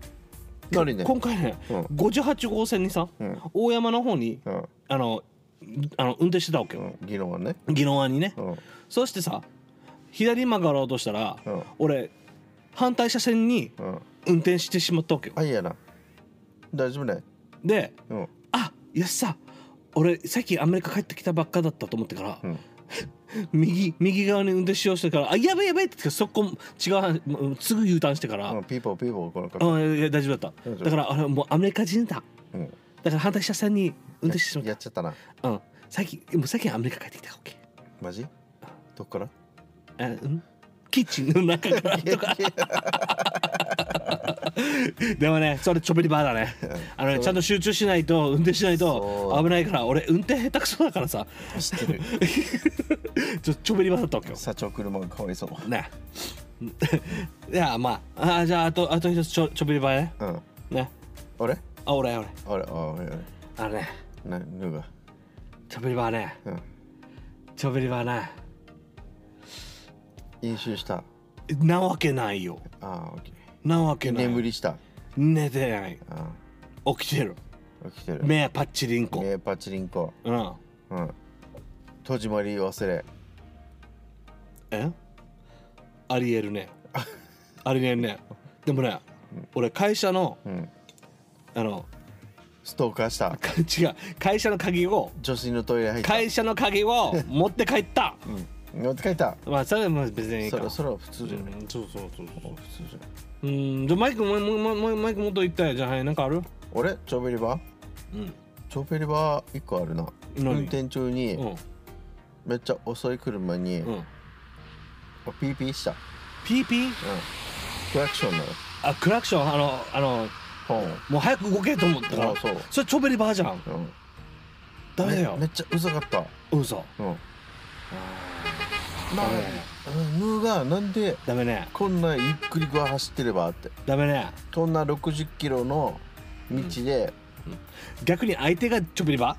Speaker 2: た何ね
Speaker 1: 今回ね
Speaker 2: うん
Speaker 1: 58号線にさ
Speaker 2: うん
Speaker 1: 大山の方に
Speaker 2: うん
Speaker 1: あのあの運転してたわけ
Speaker 2: う
Speaker 1: よ
Speaker 2: ん議論はね
Speaker 1: 宜野湾にね
Speaker 2: うん
Speaker 1: そしてさ左曲がろうとしたら
Speaker 2: うん
Speaker 1: 俺反対車線に
Speaker 2: うん
Speaker 1: 運転してしまったわけよ
Speaker 2: あいいやな大丈夫ね
Speaker 1: で
Speaker 2: うん
Speaker 1: あいやさ俺さっきアメリカ帰ってきたばっかだったと思ってから、
Speaker 2: うん
Speaker 1: 右右側に運転しようしてから「あやべやべ」ってそこ違ううんすぐ U ターンしてから「
Speaker 2: うんピーポーピーポーこの格好
Speaker 1: あいや大丈夫だった
Speaker 2: 大丈夫
Speaker 1: だからあれもうアメリカ人だ
Speaker 2: うん
Speaker 1: だから反対車線に運転してしまっ
Speaker 2: やっちゃったな
Speaker 1: たうん最近もう最近アメリカ帰ってきたわけ
Speaker 2: マジどっ から
Speaker 1: あうんキッチンの中 からとかでもねそれちょびりバーだねあのねちゃんと集中しないと運転しないと
Speaker 2: そう
Speaker 1: 危ないから俺運転下手くそだからさ
Speaker 2: 知ってる
Speaker 1: ちょちょびりバーだったわけよ
Speaker 2: 社長車がかわいそう
Speaker 1: ね いやまああじゃああとあと一つちょちょびりばね
Speaker 2: うん
Speaker 1: ね
Speaker 2: あれ
Speaker 1: あ俺俺
Speaker 2: あれあ
Speaker 1: あ
Speaker 2: あれ
Speaker 1: れね
Speaker 2: なぬが
Speaker 1: ちょびりばね
Speaker 2: うん
Speaker 1: ちょびりばね
Speaker 2: 飲酒した
Speaker 1: なわけないよ
Speaker 2: あーオッケ
Speaker 1: なわけ
Speaker 2: ー
Speaker 1: ない
Speaker 2: 眠りした
Speaker 1: 寝てない
Speaker 2: あ
Speaker 1: 起きてる
Speaker 2: ー起きてる
Speaker 1: 目パッチリンコ
Speaker 2: 目パチリンコ
Speaker 1: うん
Speaker 2: うん戸締まり忘れ
Speaker 1: えありえる ねありえるねでもね俺会社の
Speaker 2: うん
Speaker 1: あの
Speaker 2: ストーカーした
Speaker 1: か違う会社の鍵を
Speaker 2: 女子のトイレ入った
Speaker 1: 会社の鍵を持って帰った
Speaker 2: うん持って帰った
Speaker 1: まあそれはもう別にいい
Speaker 2: そ
Speaker 1: か
Speaker 2: れそれは普通じゃない
Speaker 1: うんそうそうそうそう
Speaker 2: 普通じゃない
Speaker 1: うんじゃあマイクもうもうもうもうマイクもっと言ったよじゃあはいなんかある
Speaker 2: 俺チョベリバ
Speaker 1: うん
Speaker 2: チョベリバ一個あるな
Speaker 1: 何
Speaker 2: 運転中に、
Speaker 1: うん
Speaker 2: めっちゃ遅い車に、
Speaker 1: うん
Speaker 2: ピーピーした、うん、
Speaker 1: ピーピー
Speaker 2: クラクションの
Speaker 1: あクラクションあのあの
Speaker 2: ホーン、
Speaker 1: もう早く動けと思ったから
Speaker 2: あそう
Speaker 1: それチョベリバーじゃん
Speaker 2: うん、
Speaker 1: ダメだよ
Speaker 2: めめっちゃうざかった
Speaker 1: 嘘
Speaker 2: うんまあうんヌーがなんで
Speaker 1: ダメね
Speaker 2: こんなゆっくりぐわ走ってればって
Speaker 1: ダメね
Speaker 2: こんな60キロの道で、
Speaker 1: 逆に相手がチョベリバ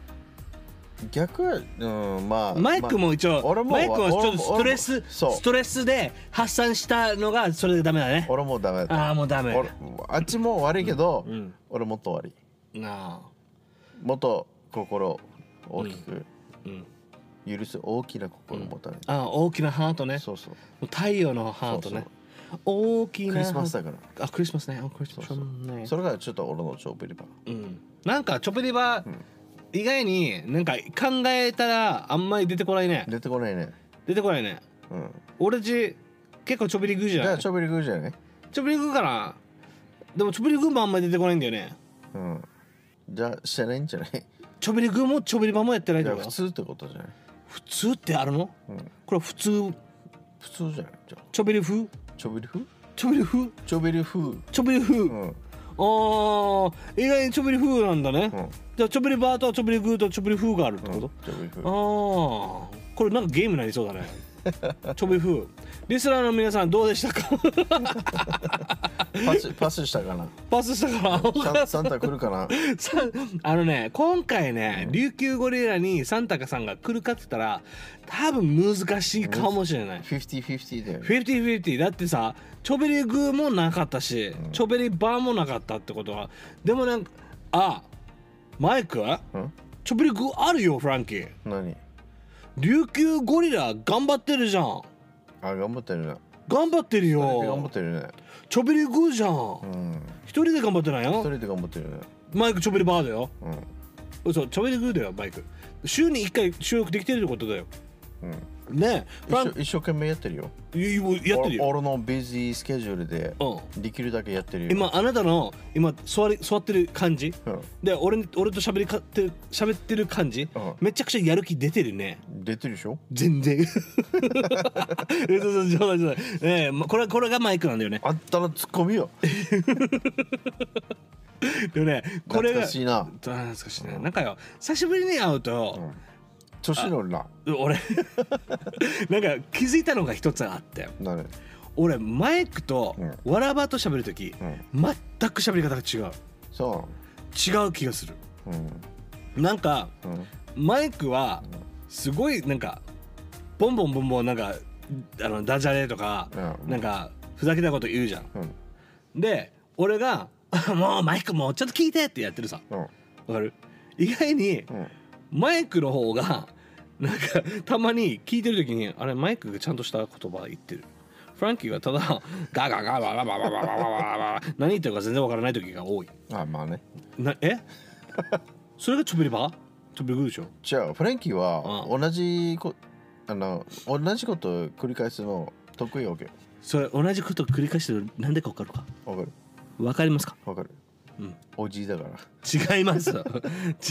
Speaker 2: 逆うんまあ
Speaker 1: ーマイクも一応、
Speaker 2: まあ俺も
Speaker 1: マイクもちょっ
Speaker 2: 俺
Speaker 1: と
Speaker 2: も
Speaker 1: ストレス
Speaker 2: 俺もそう
Speaker 1: ストレスで発散したのがそれでダメだね
Speaker 2: まあ俺もダメだ
Speaker 1: ああもうダメ
Speaker 2: 俺あっちも悪いけど、
Speaker 1: ん
Speaker 2: 俺もっと悪い
Speaker 1: なあ
Speaker 2: もっと心大きく、
Speaker 1: うん
Speaker 2: 許す大きな心を持たない、
Speaker 1: ああ大きなハートね
Speaker 2: そうそう
Speaker 1: 太陽のハートね大きな
Speaker 2: クリスマスだから
Speaker 1: あクリスマスねあクリスマス
Speaker 2: そう
Speaker 1: ね
Speaker 2: それがちょっと俺の超ベリバ
Speaker 1: うんなんかチョペリバー以外になんか考えたらあんまり出てこないね
Speaker 2: 出てこないね
Speaker 1: 出てこないね
Speaker 2: うん
Speaker 1: 俺たち結構チョペリグーじ
Speaker 2: じゃ
Speaker 1: ゃ
Speaker 2: あ
Speaker 1: ん
Speaker 2: 超ベリグーじゃない
Speaker 1: チョペリグーかなでもチョペリグーもあんまり出てこないんだよね
Speaker 2: うんじゃあしてないんじゃない
Speaker 1: チョペリグーもチョペリバーもやってないっ
Speaker 2: じ
Speaker 1: て
Speaker 2: ゃあ
Speaker 1: こと
Speaker 2: 普通ってことじゃない
Speaker 1: 普通ってあるの、
Speaker 2: ん
Speaker 1: これ普通
Speaker 2: 普通じゃないじゃあ
Speaker 1: チョベリ風
Speaker 2: 超ベリ風
Speaker 1: チョベリ風
Speaker 2: 超ベリ風
Speaker 1: チョベリ風、
Speaker 2: う
Speaker 1: ああ
Speaker 2: ん
Speaker 1: 意外にちょびり風なんだね、
Speaker 2: うん
Speaker 1: じゃあちょびりバーとちょびりグーとちょびり風があるって
Speaker 2: う
Speaker 1: こ
Speaker 2: ん
Speaker 1: と、
Speaker 2: ちょび風
Speaker 1: ああこれなんかゲームになりそう だねちょび風リスナーの皆さんどうでしたか
Speaker 2: パスパスしたかな
Speaker 1: パスしたから 青
Speaker 2: サンサンタ来るかな
Speaker 1: さあのね今回ね、琉球ゴリラにサンタカさんが来るかって言ったら多分難しいかもしれない。
Speaker 2: 50-50だよね
Speaker 1: 50-50だってさチョベリグーもなかったし、チョベリバーもなかったってことはでもなんかあマイクチョベリグーあるよフランキー
Speaker 2: 何
Speaker 1: 琉球ゴリラ頑張ってるじゃん
Speaker 2: あ頑張ってるね
Speaker 1: 頑張ってる
Speaker 2: 頑張
Speaker 1: よ
Speaker 2: ってるね
Speaker 1: チョベリグーじゃん、
Speaker 2: うん
Speaker 1: 一人で頑張ってない
Speaker 2: 一
Speaker 1: よ
Speaker 2: 人で頑張ってるね
Speaker 1: マイクチョベリバーだよ
Speaker 2: うん
Speaker 1: 嘘チョベリグーだよマイク週に1回収録できてるってことだよ
Speaker 2: うん
Speaker 1: ねえフラン
Speaker 2: 一生一生懸命やってるよ
Speaker 1: いややってるよ、
Speaker 2: 俺俺のビジースケジュールで
Speaker 1: うん、
Speaker 2: できるだけやってるよ
Speaker 1: 今あなたの今座り座ってる感じ
Speaker 2: うん
Speaker 1: で俺に俺と喋りかって喋ってる感じ、
Speaker 2: うん
Speaker 1: めちゃくちゃやる気出てるね
Speaker 2: 出てるでしょ
Speaker 1: 全 然嘘嘘冗談冗談ええまこれこれがマイクなんだよね
Speaker 2: あったらツッコミよ
Speaker 1: でもねこれ
Speaker 2: 懐
Speaker 1: が
Speaker 2: かしいな
Speaker 1: あ懐かしいねなんかよ久しぶりに会うと、
Speaker 2: 年乗るな
Speaker 1: 俺 なんか気づいたのが一つあって
Speaker 2: なる
Speaker 1: 俺マイクと
Speaker 2: う
Speaker 1: わらばと喋る時、全く喋り方が違う
Speaker 2: そ
Speaker 1: 違う気がする
Speaker 2: ううん
Speaker 1: なんか
Speaker 2: うん
Speaker 1: マイクはすごいなんかボンボンボンボンなんかあのダジャレとか
Speaker 2: うん
Speaker 1: なんかふざけたこと言うじゃん。
Speaker 2: うん
Speaker 1: で俺が 「もうマイクもうちょっと聞いて」ってやってるさ
Speaker 2: うん
Speaker 1: わかる意外に
Speaker 2: うん
Speaker 1: マイクの方がなんかたまに聞いてる時にあれマイクがちゃんとした言葉言ってる。フランキーはただガガガバババババババババ何言ってるか全然わからない時が多い。
Speaker 2: あまあね
Speaker 1: なえそれがチョビリバチョビリグーでしょ
Speaker 2: じゃあフランキーは
Speaker 1: う
Speaker 2: 同じこあの同じことを繰り返すの得意わけよ
Speaker 1: それ同じことを繰り返してるなんでかわかるか
Speaker 2: わかる
Speaker 1: わかりますか
Speaker 2: わかる
Speaker 1: うん
Speaker 2: おじいだから
Speaker 1: 違います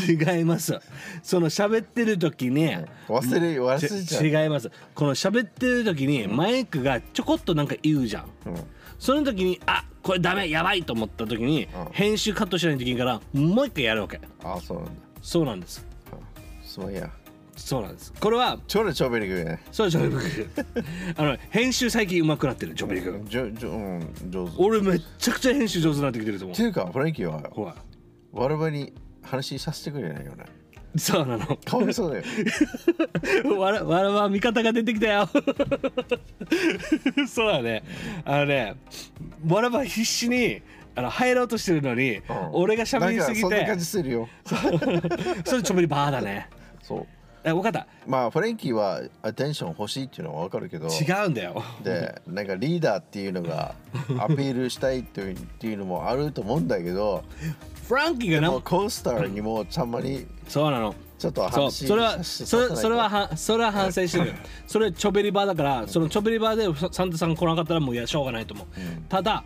Speaker 1: 違いますその喋ってる時に
Speaker 2: 忘れ忘れちゃう
Speaker 1: ち違いますこの喋ってる時にマイクがちょこっとなんか言うじゃん
Speaker 2: うん
Speaker 1: その時にあこれダメやばいと思った時に
Speaker 2: うん
Speaker 1: 編集カットしないといけないからもう一回やるわけ
Speaker 2: あそうなんだ
Speaker 1: そうなんです
Speaker 2: そういや
Speaker 1: そうなんですこれは
Speaker 2: ちょれちょべりぐらいね
Speaker 1: そうジョブリ君 あの編集最近上手くなってるジョブリ君
Speaker 2: じょじょうん上手っ
Speaker 1: 俺めっちゃくちゃ編集上手になってきてると思
Speaker 2: ていうかフランキーは
Speaker 1: うほら
Speaker 2: 我々に話させてくれないよね
Speaker 1: そうなの
Speaker 2: かわいそうだよ
Speaker 1: わらわらわ味方が出てきたよ そうだねあのねわらわ必死にあの入ろうとしてるのに、
Speaker 2: うん
Speaker 1: 俺が喋りすぎ
Speaker 2: なんかそんな
Speaker 1: て
Speaker 2: 感じするよ
Speaker 1: それちょぶりバーだね
Speaker 2: そう
Speaker 1: え分かった
Speaker 2: まあフランキーはアテンション欲しいっていうのはわかるけど
Speaker 1: 違うんだよ
Speaker 2: でなんかリーダーっていう のがアピールしたいっていうっていうのもあると思うんだけど
Speaker 1: フランキーが
Speaker 2: でも
Speaker 1: な
Speaker 2: コースターにもたまに
Speaker 1: そうなの
Speaker 2: ちょっと
Speaker 1: そう
Speaker 2: 話
Speaker 1: それは
Speaker 2: し
Speaker 1: それそれは
Speaker 2: さ
Speaker 1: はそれは反省してるそれちょべりバーだからそのちょべりバーでササンタさん来なかったらもういやしょうがないと思う、ただ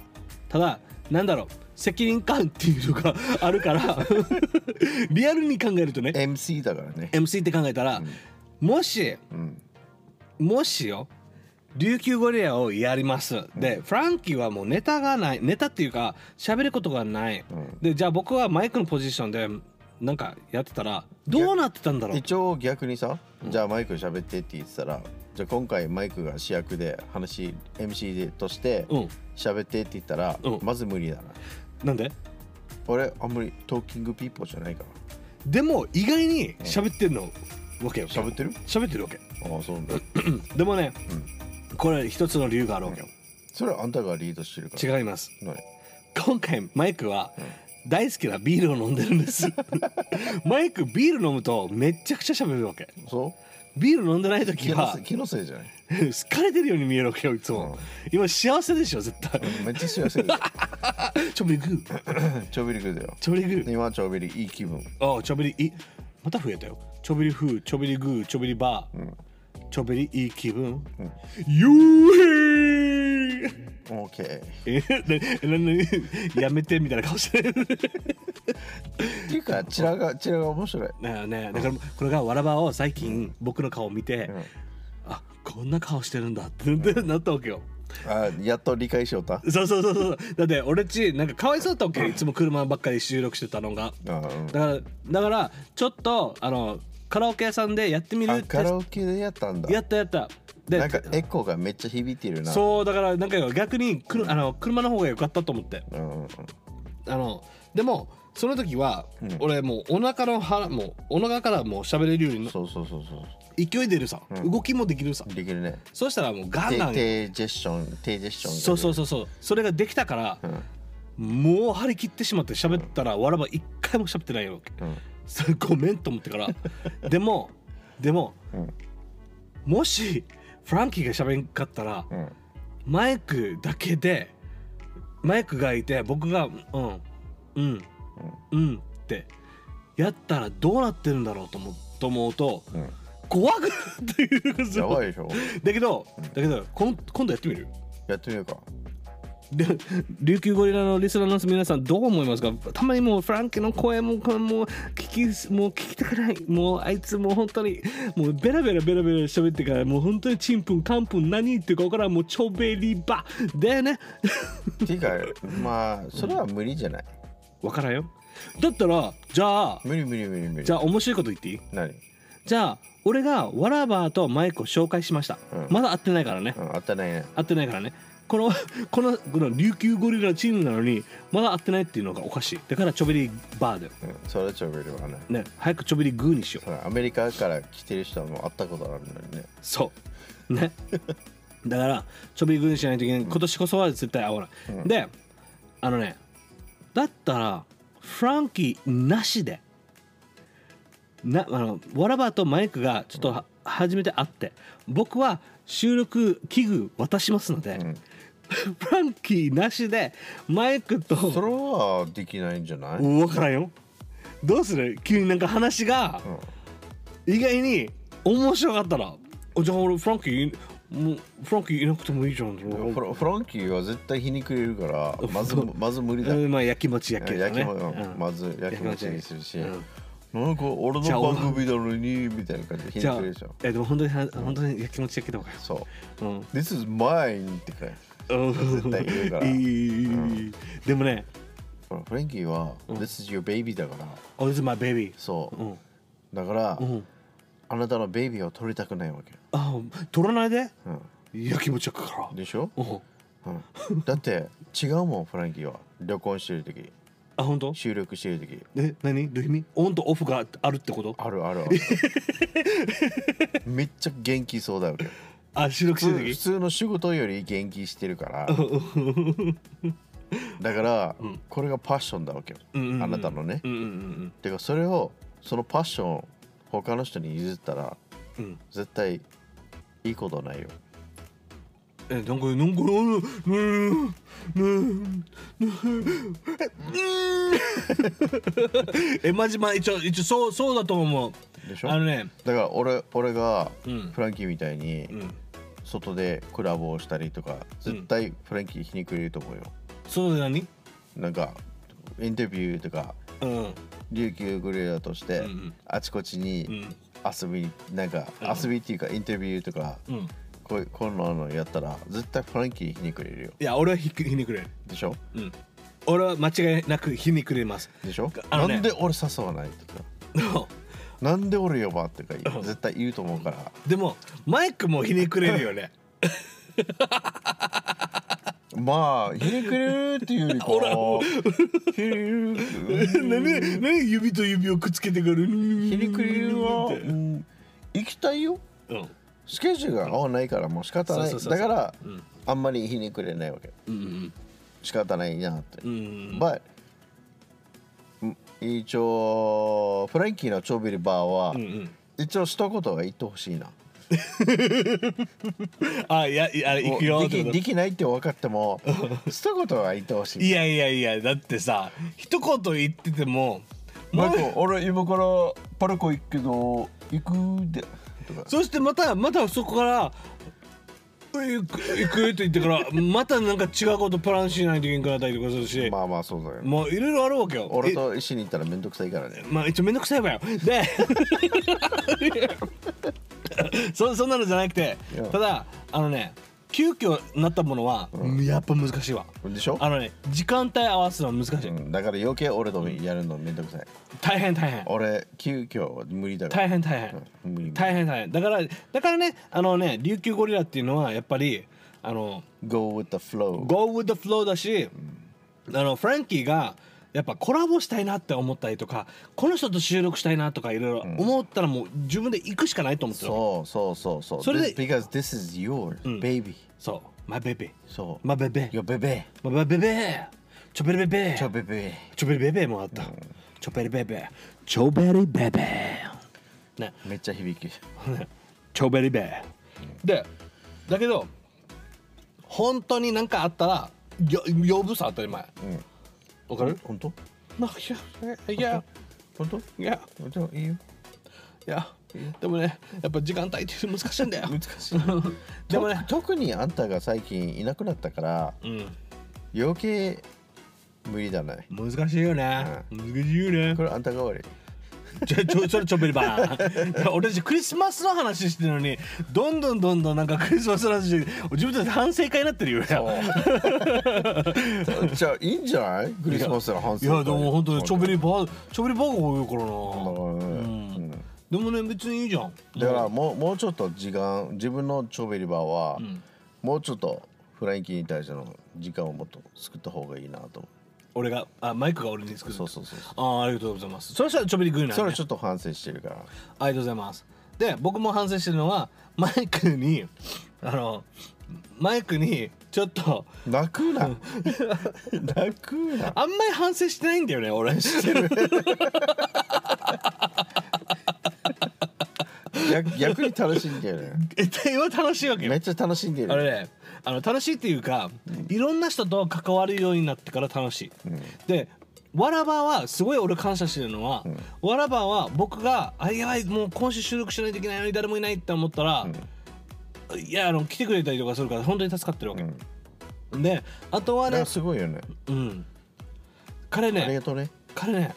Speaker 1: ただなんだろう責任感っていうのが あるからリアルに考えるとね
Speaker 2: せないと MC だからね
Speaker 1: MC って考えたら、もし、
Speaker 2: ん
Speaker 1: もしよ琉球ゴリラをやります、でフランキーはもうネタがないネタっていうか喋ることがない、でじゃあ僕はマイクのポジションでなんかやってたらどうなってたんだろう
Speaker 2: 一応逆にさじゃあマイク喋ってって言ってたらじゃあ今回マイクが主役で話 MC でとして
Speaker 1: うん
Speaker 2: 喋ってって言ったら、
Speaker 1: うん
Speaker 2: まず無理だな
Speaker 1: なんで
Speaker 2: 俺あんまりトーキングピーポーじゃないから
Speaker 1: でも意外に喋ってるのわけよ
Speaker 2: 喋ってる
Speaker 1: 喋ってるわけ
Speaker 2: ああそうなんだ
Speaker 1: でもね、これ一つの理由があるわけよ、
Speaker 2: それはあんたがリードしてるから
Speaker 1: 違います
Speaker 2: 何
Speaker 1: 今回マイクは大好きなビールを飲んでるんです マイクビール飲むとめっちゃくちゃ喋るわけ
Speaker 2: そう
Speaker 1: ビール飲んでない時
Speaker 2: 気の
Speaker 1: は
Speaker 2: せい気のせいじゃない
Speaker 1: 好かれてるように見えるわけよいつも、今幸せでしょ絶対
Speaker 2: めっちゃ幸せだよ
Speaker 1: ちょびりグー
Speaker 2: ちょびりくだよ
Speaker 1: ちょびりグー
Speaker 2: 今ちょびりいい気分
Speaker 1: ああちょびりいまた増えたよちょびり風ちょびりグーちょびりバー、ちょびりいい気分、ゆうへい
Speaker 2: OK
Speaker 1: えなななやめてみたいな顔してる
Speaker 2: っていうかチラがチラが面白い
Speaker 1: なあねだからこれがわらばを最近僕の顔を見て、
Speaker 2: ん
Speaker 1: あこんな顔してるんだってなったわけよ、
Speaker 2: あやっと理解しよったあ
Speaker 1: そうそうそうそうだって俺っちなんかかわいそうだったわけいつも車ばっかり収録してたのが
Speaker 2: ー
Speaker 1: だからだからちょっとあのカラオケ屋さんでやってみ
Speaker 2: うん
Speaker 1: るっ
Speaker 2: あ
Speaker 1: て
Speaker 2: カラオケでやったんだ
Speaker 1: やったやったで
Speaker 2: なんかエコーがめっちゃ響いてるなう、
Speaker 1: そうだからなんか逆にくるあの車の方が良かったと思って
Speaker 2: うん、
Speaker 1: あのでもその時は、
Speaker 2: うん
Speaker 1: 俺もうお腹の腹もうお腹からもう喋れるようにな
Speaker 2: そうそうそうそう
Speaker 1: 勢い出るさ、
Speaker 2: うん
Speaker 1: 動きもできるさ
Speaker 2: できるね
Speaker 1: そしたらもうガン
Speaker 2: 手
Speaker 1: ガン
Speaker 2: 手ジェスチョン手ジェスチョンが
Speaker 1: そうそう
Speaker 2: そ
Speaker 1: そうそうそれができたから、
Speaker 2: う、うん
Speaker 1: もう張り切ってしまって喋ったら、わらば一回も喋ってないよ、
Speaker 2: うん
Speaker 1: それごめんと思って からでもでも、
Speaker 2: うん
Speaker 1: もしフランキーが喋んかったら
Speaker 2: うん、
Speaker 1: マイクだけでマイクがいて僕が「うんうんうん」ってやったらどうなってるんだろうと思うと思うと、
Speaker 2: うん
Speaker 1: 怖くなっていうか
Speaker 2: やばいでしょ
Speaker 1: だけどだけどこん今度やってみる
Speaker 2: やってみようか
Speaker 1: で琉球ゴリラのリスナーの皆さんどう思いますかたまにもうフランケの声もこれもう聞きもう聞きたくないもうあいつもう本当にもうベラベラベラベラ喋ってからもう本当にちんぷんかんぷん何言ってるか分からんもうちょべりばでね
Speaker 2: っていうかまあそれは無理じゃない
Speaker 1: 分からんよだったらじゃあ
Speaker 2: 無理無理無理無理
Speaker 1: じゃあ面白いこと言っていい
Speaker 2: 何
Speaker 1: じゃあ俺がわらばとマイクを紹介しました、
Speaker 2: うん
Speaker 1: まだ会ってないからね
Speaker 2: うん、あったないね
Speaker 1: 会ってないからねこのこのこの琉球ゴリラチームなのにまだ会ってないっていうのがおかしいだからちょべりバーだよ
Speaker 2: うん、それはちょべるわね
Speaker 1: ね、早くちょびりグーにしよう。
Speaker 2: それアメリカから来てる人はもう会ったことあるのにね
Speaker 1: そう。ね。 だから、ちょびりグーにしないといけない。今年こそは絶対合わない。
Speaker 2: うん
Speaker 1: で、あのね、だったら、フランキーなしで、な、あの、わらばとマイクがちょっとは、初めて会って、僕は収録器具渡しますので、
Speaker 2: ん
Speaker 1: フランキーなしで、マイクと、
Speaker 2: それはできないんじゃない、
Speaker 1: 分からんよ。どうする急になんか話が、
Speaker 2: うん
Speaker 1: 意外に面白かったらあじゃあ俺フランキーいもうフランキーいなくてもいいじゃん
Speaker 2: フラフランキーは絶対皮肉れるからまずまず無理だ、
Speaker 1: うんまあやきもちやけど
Speaker 2: 焼き
Speaker 1: ね
Speaker 2: も、うん
Speaker 1: うん
Speaker 2: まず焼きもちにするし、
Speaker 1: うん
Speaker 2: なんか俺
Speaker 1: じゃあ
Speaker 2: の番組なのにみたいな感じで皮
Speaker 1: じゃあ
Speaker 2: 肉れるでしょ
Speaker 1: えでも本当には本当にやきもちやけどかよ
Speaker 2: そうう This is mine ってくらい
Speaker 1: ん
Speaker 2: 絶対言うから
Speaker 1: い いいいいいでもね
Speaker 2: ほらフランキーは、This is your baby だから
Speaker 1: 「Oh this is my baby
Speaker 2: そ」う、
Speaker 1: うん
Speaker 2: だから、
Speaker 1: うん
Speaker 2: あなたのベイビーを取りたくないわけ、
Speaker 1: あ取らないで
Speaker 2: う
Speaker 1: やきもちやくから
Speaker 2: ん、でしょ、
Speaker 1: うん
Speaker 2: うん、だって違うもんフランキーは旅行してる時
Speaker 1: あ本当
Speaker 2: 収録してる時
Speaker 1: え何どういう意味オンとオフがあるってこと
Speaker 2: ある あるあるめっちゃ元気そうだよ
Speaker 1: あ収録して
Speaker 2: 普通
Speaker 1: る
Speaker 2: 普
Speaker 1: 時
Speaker 2: 通の仕事より元気してるからだから、これがパッションだわけよ、
Speaker 1: うんうんうん
Speaker 2: あなたのね、
Speaker 1: うんうんうん
Speaker 2: てかそれをそのパッションを他の人に譲ったら
Speaker 1: うんうん
Speaker 2: 絶対いいことないよ
Speaker 1: えなんかなんかなんかうんうんえマジまあ一応一応そうそうだと思う
Speaker 2: でしょ
Speaker 1: あのね
Speaker 2: だから俺俺が
Speaker 1: うん
Speaker 2: フランキーみたいに
Speaker 1: うん
Speaker 2: 外でクラブをしたりとか絶対フランキー皮肉れると思うよ、
Speaker 1: そうだ何
Speaker 2: なんかインタビューとか
Speaker 1: うん
Speaker 2: 琉球グレーダーとして、
Speaker 1: んうん
Speaker 2: あちこち
Speaker 1: う
Speaker 2: に
Speaker 1: ん
Speaker 2: 遊びになんか遊びっていうかインタビューとか、
Speaker 1: うん
Speaker 2: こうこんなのやったら絶対フランキー皮肉れるよ
Speaker 1: いや俺はひくひねくれる
Speaker 2: でしょ
Speaker 1: うん俺は間違いなくひねくれます
Speaker 2: でしょ、
Speaker 1: あの
Speaker 2: な
Speaker 1: ね
Speaker 2: んで俺誘わないとかなんで俺呼ばんとか絶対言うと思うから
Speaker 1: でもマイクもひねくれるよね
Speaker 2: まあひねくれるっていうよ りかはひねくれる
Speaker 1: 何何指と指をくっつけてくるひ
Speaker 2: ひねくれるは、うん行きたいよ
Speaker 1: うん
Speaker 2: スケジュールが合わないからもう仕方ない
Speaker 1: そうそうそうそう
Speaker 2: だから、
Speaker 1: ん
Speaker 2: あんまりひねくれないわけ
Speaker 1: うん
Speaker 2: 仕方ないなって、
Speaker 1: うんうん
Speaker 2: まあ一応フランキーのチョビリバーは、
Speaker 1: うんうん
Speaker 2: 一応一言は言ってほしいな
Speaker 1: あいやいや行くよ
Speaker 2: も
Speaker 1: っ
Speaker 2: う
Speaker 1: て
Speaker 2: で
Speaker 1: こ
Speaker 2: き
Speaker 1: と
Speaker 2: できないって分かっ ても一言は言ってほしい
Speaker 1: いやいやいやだってさ一言言ってても
Speaker 2: マイコ俺今からパルコ行くけど行くでとか
Speaker 1: そしてまたまたそこから「行く行く」って言ってからまたなんか違うことプランしないといけんかったりとかするし、
Speaker 2: まあまあそうだよ、
Speaker 1: もういろいろあるわけよ
Speaker 2: 俺と一緒に行ったらめんどくさいからね
Speaker 1: えまあ一応めんどくさいわよ でそそんなのじゃなくて
Speaker 2: いや
Speaker 1: ただあのね急遽なったものは、やっぱ難しいわ
Speaker 2: でしょ
Speaker 1: あのね時間帯合わすのは難しい、
Speaker 2: うんだから余計俺とやるのめんどくさい
Speaker 1: 大変大変
Speaker 2: 俺急遽無理だから
Speaker 1: 大変大変、
Speaker 2: うん無理
Speaker 1: 大変大変だからだからねあのね琉球ゴリラっていうのはやっぱりあの
Speaker 2: Go with the flow
Speaker 1: Go with the flow だし、あのフランキーがやっぱコラボしたいなって思ったりとかこの人と収録したいなとかいろいろ思ったらもう自分で行くしかないと思ってるわ
Speaker 2: そうそうそうそう
Speaker 1: それで
Speaker 2: This- Because this is your baby
Speaker 1: けそう「マベベ」
Speaker 2: そう
Speaker 1: マベベ」
Speaker 2: Your baby
Speaker 1: 「マベベ」「チョベリベベ」
Speaker 2: Your baby
Speaker 1: 「チョベリベベ」もあった「チョベリベベ」「チョベリベベ」ね
Speaker 2: めっちゃ響き
Speaker 1: チョベリベでだけど本当になんかあったらよ呼ぶさ当たり前わ、かる
Speaker 2: 本当
Speaker 1: まあいやいや
Speaker 2: 本当
Speaker 1: いや
Speaker 2: 本当いいよ
Speaker 1: いやでもねやっぱ時間帯っていうの難しいんだよ難しいで
Speaker 2: で
Speaker 1: も
Speaker 2: も
Speaker 1: ね
Speaker 2: 特にあんたが最近いなくなったから
Speaker 1: うん
Speaker 2: 余計無理だね
Speaker 1: 難しいよね難しいよね
Speaker 2: これあんたが悪い
Speaker 1: ちょちょそれちょべりばいや俺たちクリスマスの話してるのにどんどんどんどんなんかクリスマスの話自分たち反省会になってるよね
Speaker 2: じゃあいいんじゃないクリスマスの反
Speaker 1: い
Speaker 2: 省会
Speaker 1: やでも本当にちょべりばちょべりばが多いから
Speaker 2: だから
Speaker 1: な
Speaker 2: ねうん
Speaker 1: でもね別にいいじゃん
Speaker 2: だからもうもうちょっと時間自分のチョベリバーは、もうちょっとフランキーに対しての時間をもっと作った方がいいなと思
Speaker 1: 俺があマイクが俺に作
Speaker 2: う
Speaker 1: る
Speaker 2: そうそうそうそう
Speaker 1: ああありがとうございますそれしたらちょべりグーにな
Speaker 2: そ
Speaker 1: る
Speaker 2: れ
Speaker 1: ね
Speaker 2: はちょっと反省してるから
Speaker 1: ありがとうございます。で、僕も反省してるのは、マイクに、あの、マイクに、ちょっと、
Speaker 2: 泣くな泣くな
Speaker 1: あんまり反省してないんだよね、俺。して る。
Speaker 2: や逆に楽しんでる
Speaker 1: 今楽しいわけ
Speaker 2: め
Speaker 1: よ
Speaker 2: っ。ちゃ楽しんで
Speaker 1: あれ
Speaker 2: る
Speaker 1: ね、あの、楽しいっていうか、いろんな人と関わるようになってから楽しい。で、わらばはすごい俺感謝してるのは、わらばは僕が「あやばいもう今週収録しないといけないのに誰もいない」って思ったら、いやあの来てくれたりとかするから本当に助かってるわけ、であとは
Speaker 2: あ
Speaker 1: ね
Speaker 2: れすごいよね
Speaker 1: うん、彼
Speaker 2: ありが
Speaker 1: ね
Speaker 2: とうね
Speaker 1: 彼ね、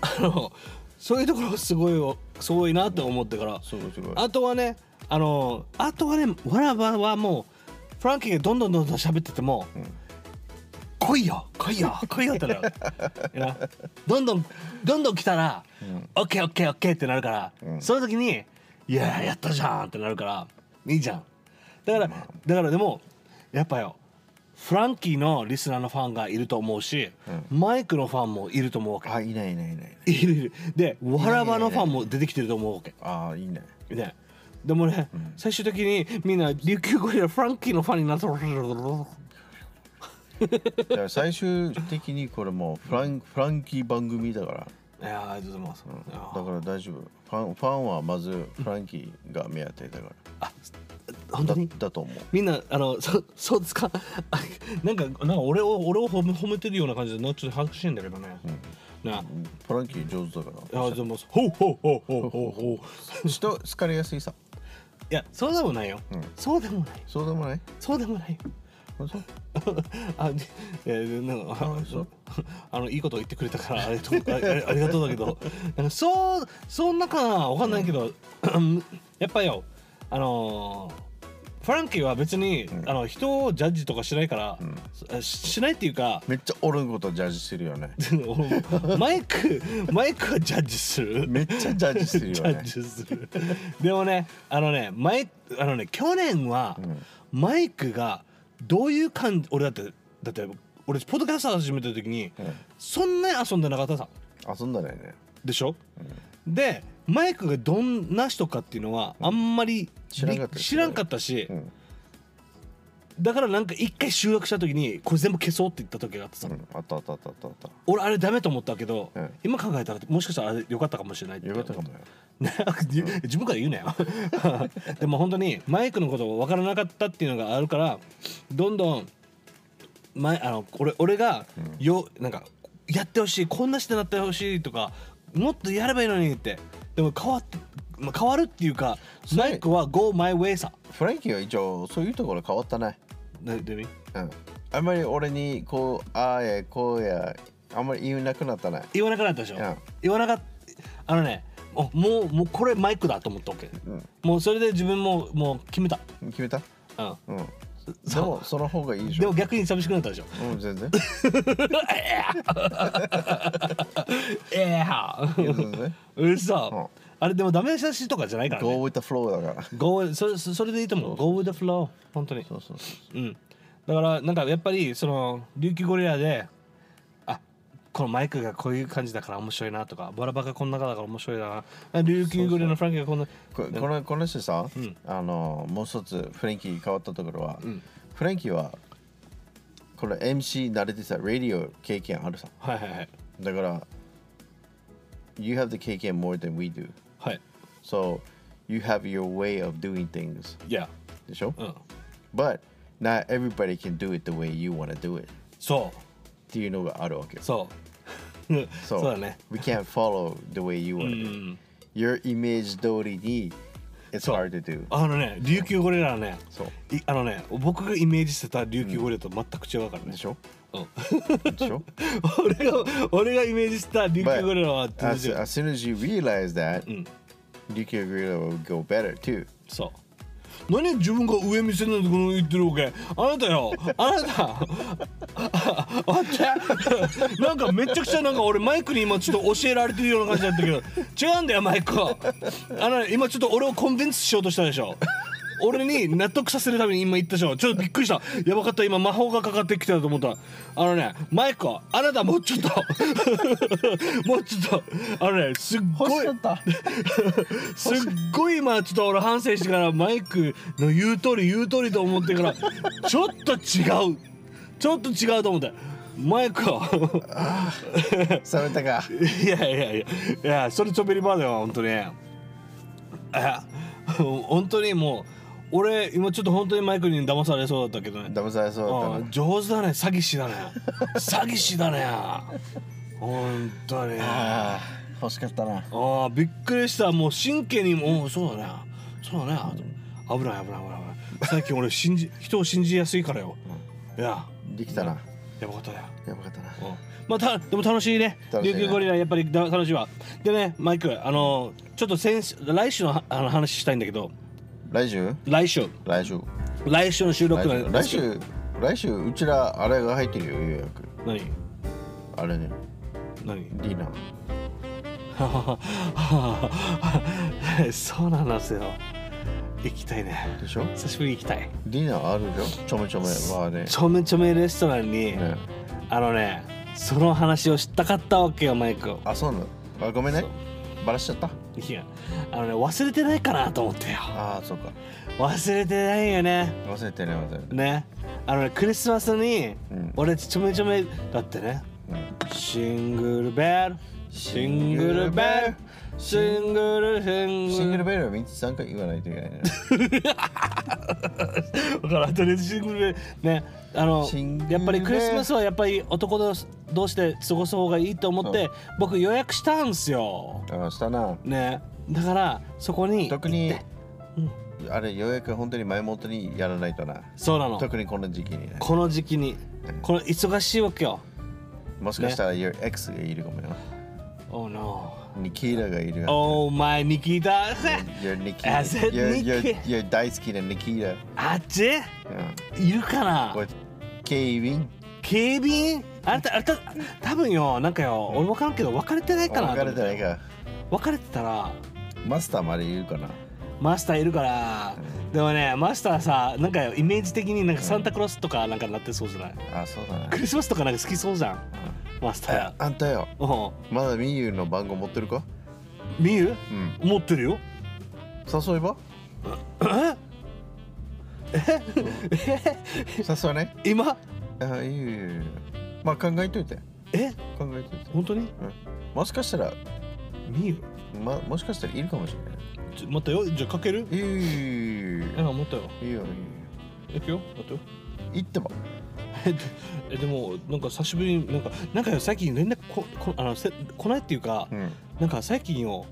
Speaker 1: あのそういうところすごいよすごいなって思ってから、
Speaker 2: すごいすごい
Speaker 1: あとはねあのあとはねわらばはもうフランキーがどんどんどんどん喋ってても、来いよ来いよ来いよってなる いやどんどんどんどん来たら、オッケーオッケーオッケーってなるから、その時にいやーやったじゃんってなるからいいじゃんだから、だからでもやっぱよフランキーのリスナーのファンがいると思うし、マイクのファンもいると思うわけ
Speaker 2: あいないいないいない
Speaker 1: いるいるでわらばのファンも出てきてると思うわけ
Speaker 2: あいいね
Speaker 1: ねでもね、最終的にみんな琉球ゴリラフランキーのファンになって
Speaker 2: だから最終的にこれもうフランフランキー番組だから
Speaker 1: いやーありがとうございます、いや
Speaker 2: だ
Speaker 1: ー
Speaker 2: から大丈夫ファンファンはまずフランキーが目当てだから
Speaker 1: 本当に
Speaker 2: だだと思う
Speaker 1: みんなあのそそうですかあなんかなんか俺を俺を褒め褒めてるような感じでなんかちょっと恥ずかしいんだけどね、ねあ
Speaker 2: フランキー上手だか
Speaker 1: りがとうございますほうほうほうほうほうほう
Speaker 2: ら人好かれやすいさ
Speaker 1: いやそうでもないよ、そうでもない
Speaker 2: そうでもない
Speaker 1: そうでもないよ
Speaker 2: 本当
Speaker 1: あ、でえー、なんかあ
Speaker 2: そう
Speaker 1: あのいいこと言ってくれたからありがとうああありがとうだけどなんかそうそんなかなわかんないけど、やっぱよあのーフランキーは別に、あの人をジャッジとかしないから、ししないっていうか
Speaker 2: めっちゃ俺のことジャッジしてるよね
Speaker 1: マイクマイクはジャッジする
Speaker 2: めっちゃジャッジしてる
Speaker 1: ジ
Speaker 2: よ
Speaker 1: ャッ
Speaker 2: ね
Speaker 1: ジするでもねあのねマイあのね去年はマイクがどういう感じ俺だってだって俺ポッドキャスト始めた時に、そんなに遊んでなかったさ
Speaker 2: 遊んだらいね
Speaker 1: でしょ、でマイクがどんな人かっていうのはあんまり
Speaker 2: 知らんかった
Speaker 1: り
Speaker 2: ですね
Speaker 1: 知らんかったし、
Speaker 2: ん
Speaker 1: だからなんか一回収録した時にこれ全部消そうって言った時があってさ、
Speaker 2: うんあったあったあったあったあっ
Speaker 1: 俺あれダメと思ったけど、
Speaker 2: うん
Speaker 1: 今考えたらもしかしたらあれ良かったかもしれないって
Speaker 2: たよかったかもよ
Speaker 1: ね自分から言うなよ でも本当にマイクのことを分からなかったっていうのがあるからどんどん前あの俺俺がよ、なんかやってほしいこんな人になってほしいとかもっとやればいいのにってでも変わって、まあ、変わるっていうかマイクは Go my way さ
Speaker 2: フランキーは一応そういうところ変わったね
Speaker 1: などういう意味
Speaker 2: うんあんまり俺にこうああやこうやあんまり言えなくなったね
Speaker 1: 言わなくなったでしょ、
Speaker 2: うん
Speaker 1: 言わなかったあのねもうもうもうこれマイクだと思ったわけ、もうそれで自分ももう決めた
Speaker 2: 決めたうんでもその方がいいでし
Speaker 1: でも
Speaker 2: ょ
Speaker 1: 逆に寂しくなったでしょ
Speaker 2: うん全 然
Speaker 1: ええは
Speaker 2: 全然
Speaker 1: うそ、
Speaker 2: うん
Speaker 1: あれでもダメ出しとかじゃないから、ね、
Speaker 2: Go with the flow だから
Speaker 1: Go with- それそれでいいと思う Go with the flow 本当に
Speaker 2: そうそうそう
Speaker 1: うんだからなんかやっぱりその琉球ゴリラであこのマイクがこういう感じだから面白いなとかバラバカこんなだから面白いなあ琉球ゴリラのフランキーがこんな
Speaker 2: ここのこの人さ、
Speaker 1: ん
Speaker 2: あのもう一つフレンキー変わったところは、フレンキーはこれ MC 慣れてさ、ラディオ経験あるさ。
Speaker 1: はいはいはい
Speaker 2: だから、You have the 経験 more than we do.
Speaker 1: はい
Speaker 2: So, you have your way of doing things.
Speaker 1: いや
Speaker 2: でしょ、
Speaker 1: うん
Speaker 2: But, not everybody can do it the way you want to do it.
Speaker 1: そ
Speaker 2: っていうのがあるわけよ
Speaker 1: う。そう
Speaker 2: So,
Speaker 1: そうだね
Speaker 2: We can't follow the way you want to do it. Your image 通りに、It's
Speaker 1: そう
Speaker 2: hard to do.
Speaker 1: あのね琉球ゴリラはね
Speaker 2: そう。
Speaker 1: いあのね僕がイメージしてた琉球ゴリラと全く違うからね
Speaker 2: で しょ
Speaker 1: うん
Speaker 2: でしょ
Speaker 1: 俺が俺がイメージした琉球
Speaker 2: But
Speaker 1: ゴリラは全
Speaker 2: as,
Speaker 1: 然違う
Speaker 2: as soon as you realize that,
Speaker 1: ん
Speaker 2: Nuclear Gorilla will go better too.
Speaker 1: そう何自分が上見せるなんてこの言ってるわけあなたよあなたああってなんかめちゃくちゃなんか俺マイクに今ちょっと教えられてるような感じだったけど違うんだよマイクはあの今ちょっと俺をコンビンスしようとしたでしょ俺に納得させるために今言ったでしょちょっとびっくりしたやばかった今魔法がかかってきたと思ったあのねマイクはあなたもうちょっともうちょっとあのねすっごい すっごい今ちょっと俺反省してからマイクの言う通り言う通りと思ってからちょっと違うちょっと違うと思ってマイクは
Speaker 2: それだか。
Speaker 1: いやいやいやいやそれちょびりバーだよ本当にあ本当にもう俺今ちょっと本当にマイクに騙されそうだったけどね
Speaker 2: 騙され そうだった
Speaker 1: うん上手だね詐欺師だね詐欺師だね本当に
Speaker 2: な。ああ、欲しかったな。
Speaker 1: ああびっくりしたもう神経にもおうそうだねそうだね危ない危ない危ない危ない最近俺信じ人を信じやすいからよ、いや
Speaker 2: できたな。
Speaker 1: やばかったよ、
Speaker 2: やばかったな。
Speaker 1: うんまあたでも楽しいね
Speaker 2: 楽しい
Speaker 1: 琉
Speaker 2: ね
Speaker 1: 球ゴリラやっぱりだ楽しいわでねマイクあのちょっと先週来週のはあの話したいんだけど
Speaker 2: 来週
Speaker 1: 来週
Speaker 2: 来週。
Speaker 1: 来週の収録
Speaker 2: 来週
Speaker 1: なんで
Speaker 2: 来
Speaker 1: すけど
Speaker 2: 週、来週うちらあれが入ってるよ、予約。
Speaker 1: 何
Speaker 2: あれね、
Speaker 1: 何
Speaker 2: ディナー。
Speaker 1: そうなんですよ行きたいね
Speaker 2: でしょ
Speaker 1: 久しぶりに行きたい
Speaker 2: ディナーあるでしょちょめちょめ。まあね。
Speaker 1: ちょめちょめレストランに、
Speaker 2: ね
Speaker 1: あのねその話をしたかったわけよマイクを
Speaker 2: あ、そうなのあごめんね。バラしちゃった。
Speaker 1: いやあのね忘れてないかなと思ってよ
Speaker 2: ああ、そうか。
Speaker 1: 忘れてないよね
Speaker 2: 忘れてね、忘れてね。
Speaker 1: ねあのねクリスマスに、
Speaker 2: うん
Speaker 1: 俺ちょめちょめだってね
Speaker 2: うん
Speaker 1: シングルベルシングルベルシングルシ
Speaker 2: シン
Speaker 1: ング
Speaker 2: グル
Speaker 1: ル
Speaker 2: ベルは3回言わないといけない ね。
Speaker 1: だからとりあえずシングルベルねあの
Speaker 2: シングルベル
Speaker 1: やっぱりクリスマスはやっぱり男同士で過ごす方がいいと思って、僕予約したんすよ
Speaker 2: ああ、したな。
Speaker 1: ねだからそこに
Speaker 2: 特に、あれ予約本当に前もとにやらないとな
Speaker 1: そうなの
Speaker 2: 特にこの時期にね
Speaker 1: この時期にこの忙しいわけよ
Speaker 2: もしかしたら your ex がいるかもよ
Speaker 1: Oh no
Speaker 2: ニキーラがいるよ
Speaker 1: Oh my ニキータ
Speaker 2: your ニキ
Speaker 1: I said
Speaker 2: your, your,
Speaker 1: Nikki.
Speaker 2: your 大好きなニキー
Speaker 1: あっち
Speaker 2: ラ、うん、
Speaker 1: いるかな
Speaker 2: これ警備員
Speaker 1: 警備員あなたあなた多分よなんかよ俺分からんけど別れてないかな
Speaker 2: 別れてない
Speaker 1: ら
Speaker 2: か
Speaker 1: 別れてたら
Speaker 2: マスターまでいるかな
Speaker 1: マスターいるからでもねマスターさなんかよイメージ的になんかサンタクロースとかなんかなってそうじゃない
Speaker 2: あそうだな
Speaker 1: クリスマスとかなんか好きそうじゃんマスター
Speaker 2: ああんたよ
Speaker 1: うん
Speaker 2: まだミユの番号持ってるか
Speaker 1: 見る
Speaker 2: うん
Speaker 1: 持ってるよ
Speaker 2: 誘えば誘わね
Speaker 1: 今
Speaker 2: あいいよいいよいいよまあ考えといて
Speaker 1: え
Speaker 2: 考えといて
Speaker 1: 本当に
Speaker 2: もしかしたら
Speaker 1: 見る
Speaker 2: まもしかしたらいるかもしれない
Speaker 1: ちょ待ってよじゃあかける
Speaker 2: いいよいいよいいよ
Speaker 1: あ持ったよ
Speaker 2: いいよ
Speaker 1: 行くよ待ってよ
Speaker 2: 行っても
Speaker 1: えでえでもなんか久しぶりになんかなんかよ最近連絡ここあのせ来ないっていうか、
Speaker 2: ん
Speaker 1: なんか最近よ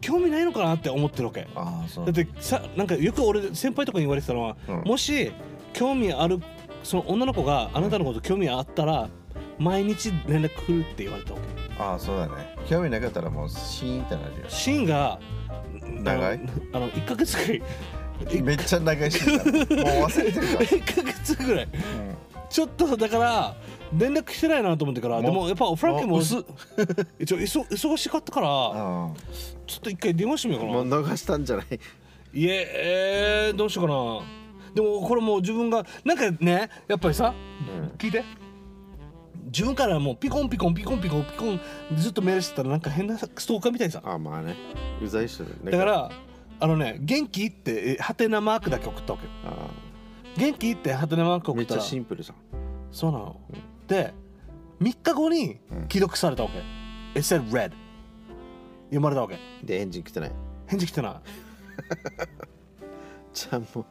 Speaker 1: 興味ないのかなって思ってるわけだ
Speaker 2: ああそう
Speaker 1: ってさなんかよく俺先輩とかに言われてたのは、
Speaker 2: うん
Speaker 1: もし興味あるその女の子があなたのこと興味あったら毎日連絡来るって言われたわけ
Speaker 2: ああそうだね興味なか ったらもうシーンってなるよ
Speaker 1: シーンが
Speaker 2: 長い
Speaker 1: あのあの1ヶ月くらい
Speaker 2: めっちゃ長いシーンだ もう忘れてるから
Speaker 1: 1ヶ月ぐらいちょっとだから連絡してないなと思ってからでもやっぱフランケンも
Speaker 2: あ
Speaker 1: 一応忙忙しかったから
Speaker 2: うん
Speaker 1: ちょっと一回電話してみようか
Speaker 2: もう
Speaker 1: な
Speaker 2: 逃したんじゃない
Speaker 1: いええーどうしようかなでもこれもう自分がなんかねやっぱりさ聞いて自分からもうピコンピコンピコンピコンピコンずっとメールしてたらなんか変なストーカーみたいにさ
Speaker 2: あまあねうざい人だよね
Speaker 1: だからあのね「元気?」ってえハテナマークだけ送ったわけよ
Speaker 2: あ
Speaker 1: 「元気?」ってハテナマーク
Speaker 2: ー
Speaker 1: 送
Speaker 2: めっ
Speaker 1: った
Speaker 2: ちゃ
Speaker 1: ら
Speaker 2: シンプルじゃん
Speaker 1: そうなの、で3日後に
Speaker 2: うん
Speaker 1: 既読されたわけ、It said red 読まれたわけ
Speaker 2: でエンジン来てない
Speaker 1: 返事来てな
Speaker 2: じゃあも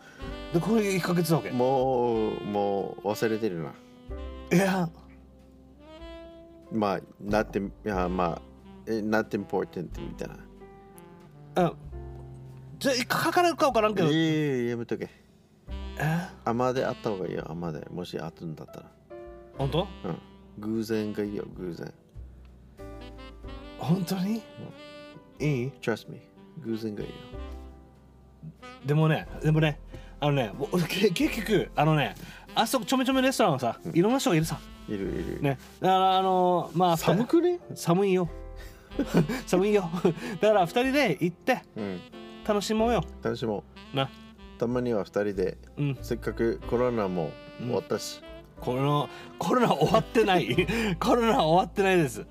Speaker 1: いでこれ1ヶ月なわけ
Speaker 2: うもうもう忘れてるない
Speaker 1: や
Speaker 2: まあなっていやまあえ not important みたいな
Speaker 1: うんじゃあ一回書かれるか分からんけど、
Speaker 2: いやいやいややめとけ
Speaker 1: え
Speaker 2: 甘であった方がいいよ甘でもしあったんだったら
Speaker 1: 本当
Speaker 2: うん偶然がいいよ偶然
Speaker 1: 本当に、いい
Speaker 2: trust me 偶然がいいよ
Speaker 1: でもねでもねあのねおけ結局あのねあそこちょめちょめレストランはさいろんな人がいるさ
Speaker 2: いるいる、
Speaker 1: ねだからあのまあ
Speaker 2: 寒くね
Speaker 1: 寒いよ 寒いよだから二人で行って
Speaker 2: うん
Speaker 1: 楽しもうよ
Speaker 2: 私も
Speaker 1: な
Speaker 2: たまには2人で、
Speaker 1: うん
Speaker 2: せっかくコロナも終わったし、
Speaker 1: このコロナ終わってない コロナ終わってないです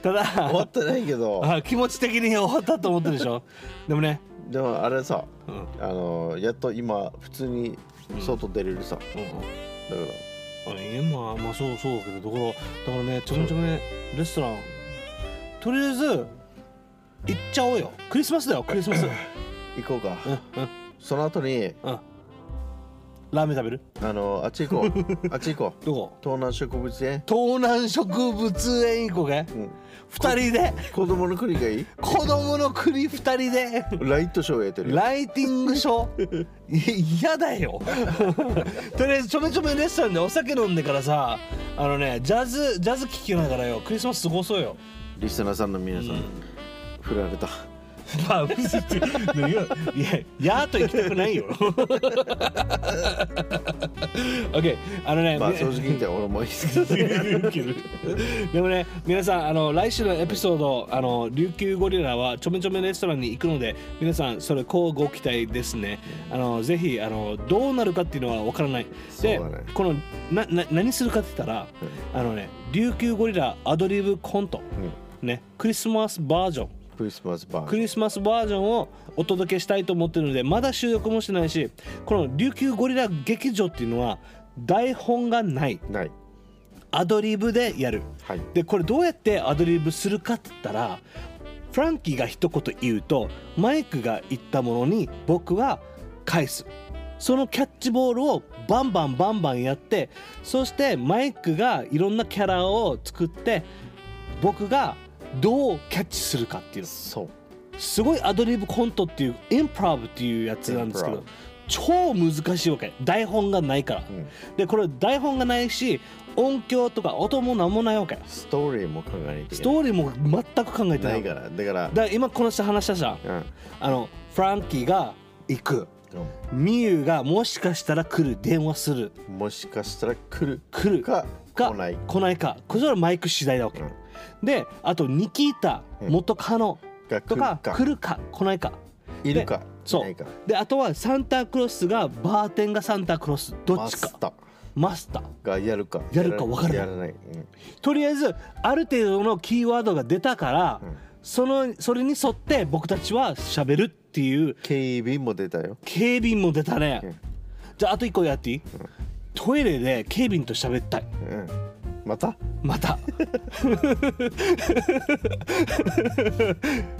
Speaker 1: ただ
Speaker 2: 終わってないけ ど
Speaker 1: あ気持ち的に終わったと思ってるでしょでもね
Speaker 2: でもあれさ、
Speaker 1: うん
Speaker 2: あのやっと今普通に外出れるさ、
Speaker 1: うんうん
Speaker 2: だから
Speaker 1: あいやまあまあそうそうだけどだからだからねちょめちょめレストランとりあえず行っちゃおうよクリスマスだよクリスマス
Speaker 2: 行こうか、
Speaker 1: うんうん
Speaker 2: その後に
Speaker 1: うんラーメン食べる
Speaker 2: あのあっち行こう あっち行こう
Speaker 1: どこ
Speaker 2: 東南植物園
Speaker 1: 東南植物園行こうか
Speaker 2: うん
Speaker 1: 二人で
Speaker 2: 子供の国がいい
Speaker 1: 子供の国二人で
Speaker 2: ライトショーやってる よ
Speaker 1: ライティングショー い嫌だよ とりあえずちょめちょめレストランでお酒飲んでからさあのねジャズジャズ聴きながらよクリスマス過ごそうよ
Speaker 2: リスナーさんの皆さん、振られた
Speaker 1: まあ、嘘ついやいや、やーと行きたく ないよ。OK、あのね、
Speaker 2: まあ
Speaker 1: み
Speaker 2: 正直言って俺もいいです けど
Speaker 1: でもね、皆さん、あの来週のエピソード、あの琉球ゴリラはちょめちょめレストランに行くので、皆さん、それ、こうご期待ですね。あのぜひあの、どうなるかっていうのは分からない。で、
Speaker 2: そうだね
Speaker 1: このなな何するかって言ったら、あのね、琉球ゴリラアドリブコント、ね、クリスマスバージョン。
Speaker 2: クリスマスバー
Speaker 1: ク
Speaker 2: ン
Speaker 1: リスマスバージョンをお届けしたいと思ってるのでまだ収録もしてないしこの琉球ゴリラ劇場っていうのは台本がない
Speaker 2: ない
Speaker 1: アドリブでやる
Speaker 2: はい
Speaker 1: でこれどうやってアドリブするかって言ったらフランキーが一言言うとマイクが言ったものに僕は返すそのキャッチボールをバンバンバンバンやってそしてマイクがいろんなキャラを作って僕がどうキャッチするかっていうの
Speaker 2: そう
Speaker 1: すごいアドリブコントっていうインプラブっていうやつなんですけ
Speaker 2: イン
Speaker 1: ど超難しいわけ台本がないから、
Speaker 2: ん
Speaker 1: でこれ台本がないし音響とか音も何もないわけ
Speaker 2: ストーリーも考えないとい
Speaker 1: ス
Speaker 2: け
Speaker 1: ト
Speaker 2: ない
Speaker 1: ーリーも全く考えてな
Speaker 2: ないいからだから
Speaker 1: だから今この人話したじゃん
Speaker 2: うん
Speaker 1: あのフランキーが行くミユがもしかしたら来る電話する
Speaker 2: もしかしたら来る
Speaker 1: 来る
Speaker 2: か
Speaker 1: か
Speaker 2: 来ない
Speaker 1: 来ないかこれそれはマイク次第なわけ、
Speaker 2: うん
Speaker 1: であとニキータ元カノ
Speaker 2: が
Speaker 1: と
Speaker 2: 来る
Speaker 1: か
Speaker 2: か
Speaker 1: 来るか来ないか
Speaker 2: いるかい
Speaker 1: そ
Speaker 2: な
Speaker 1: う
Speaker 2: いか
Speaker 1: であとはサンタクロースがバーテンがサンタクロースどっ
Speaker 2: マ
Speaker 1: ち
Speaker 2: ス
Speaker 1: か
Speaker 2: ター
Speaker 1: マスター
Speaker 2: がやるか
Speaker 1: やるか分からない
Speaker 2: やらない、うん
Speaker 1: とりあえずある程度のキーワードが出たから、
Speaker 2: うん
Speaker 1: そのそれに沿って僕たちは喋るっていう
Speaker 2: 警備員も出たよ
Speaker 1: 警備員も出たね、
Speaker 2: うん
Speaker 1: じゃああと一個やっていい、トイレで警備員と喋ったい
Speaker 2: うんまた
Speaker 1: また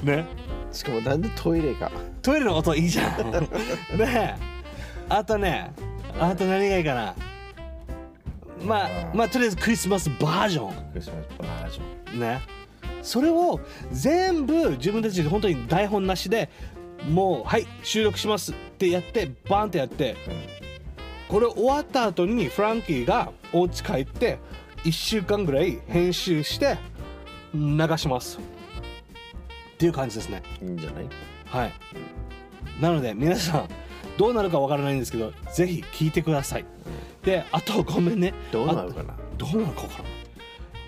Speaker 1: ね
Speaker 2: しかもなんでトイレか
Speaker 1: トイレの音いいじゃん ねえあとねあと何がいいかなまあまあとりあえずクリスマスバージョン
Speaker 2: クリスマスバージョン
Speaker 1: ねそれを全部自分たちで本当に台本なしでもうはい収録しますってやってバンってやって、これ終わった後にフランキーがお家帰って1週間ぐらい編集して流しますっていう感じですね
Speaker 2: いいんじゃない
Speaker 1: はいなので皆さんどうなるかわからないんですけどぜひ聞いてくださいであとごめんね
Speaker 2: どうなるかな
Speaker 1: どうなるかわからない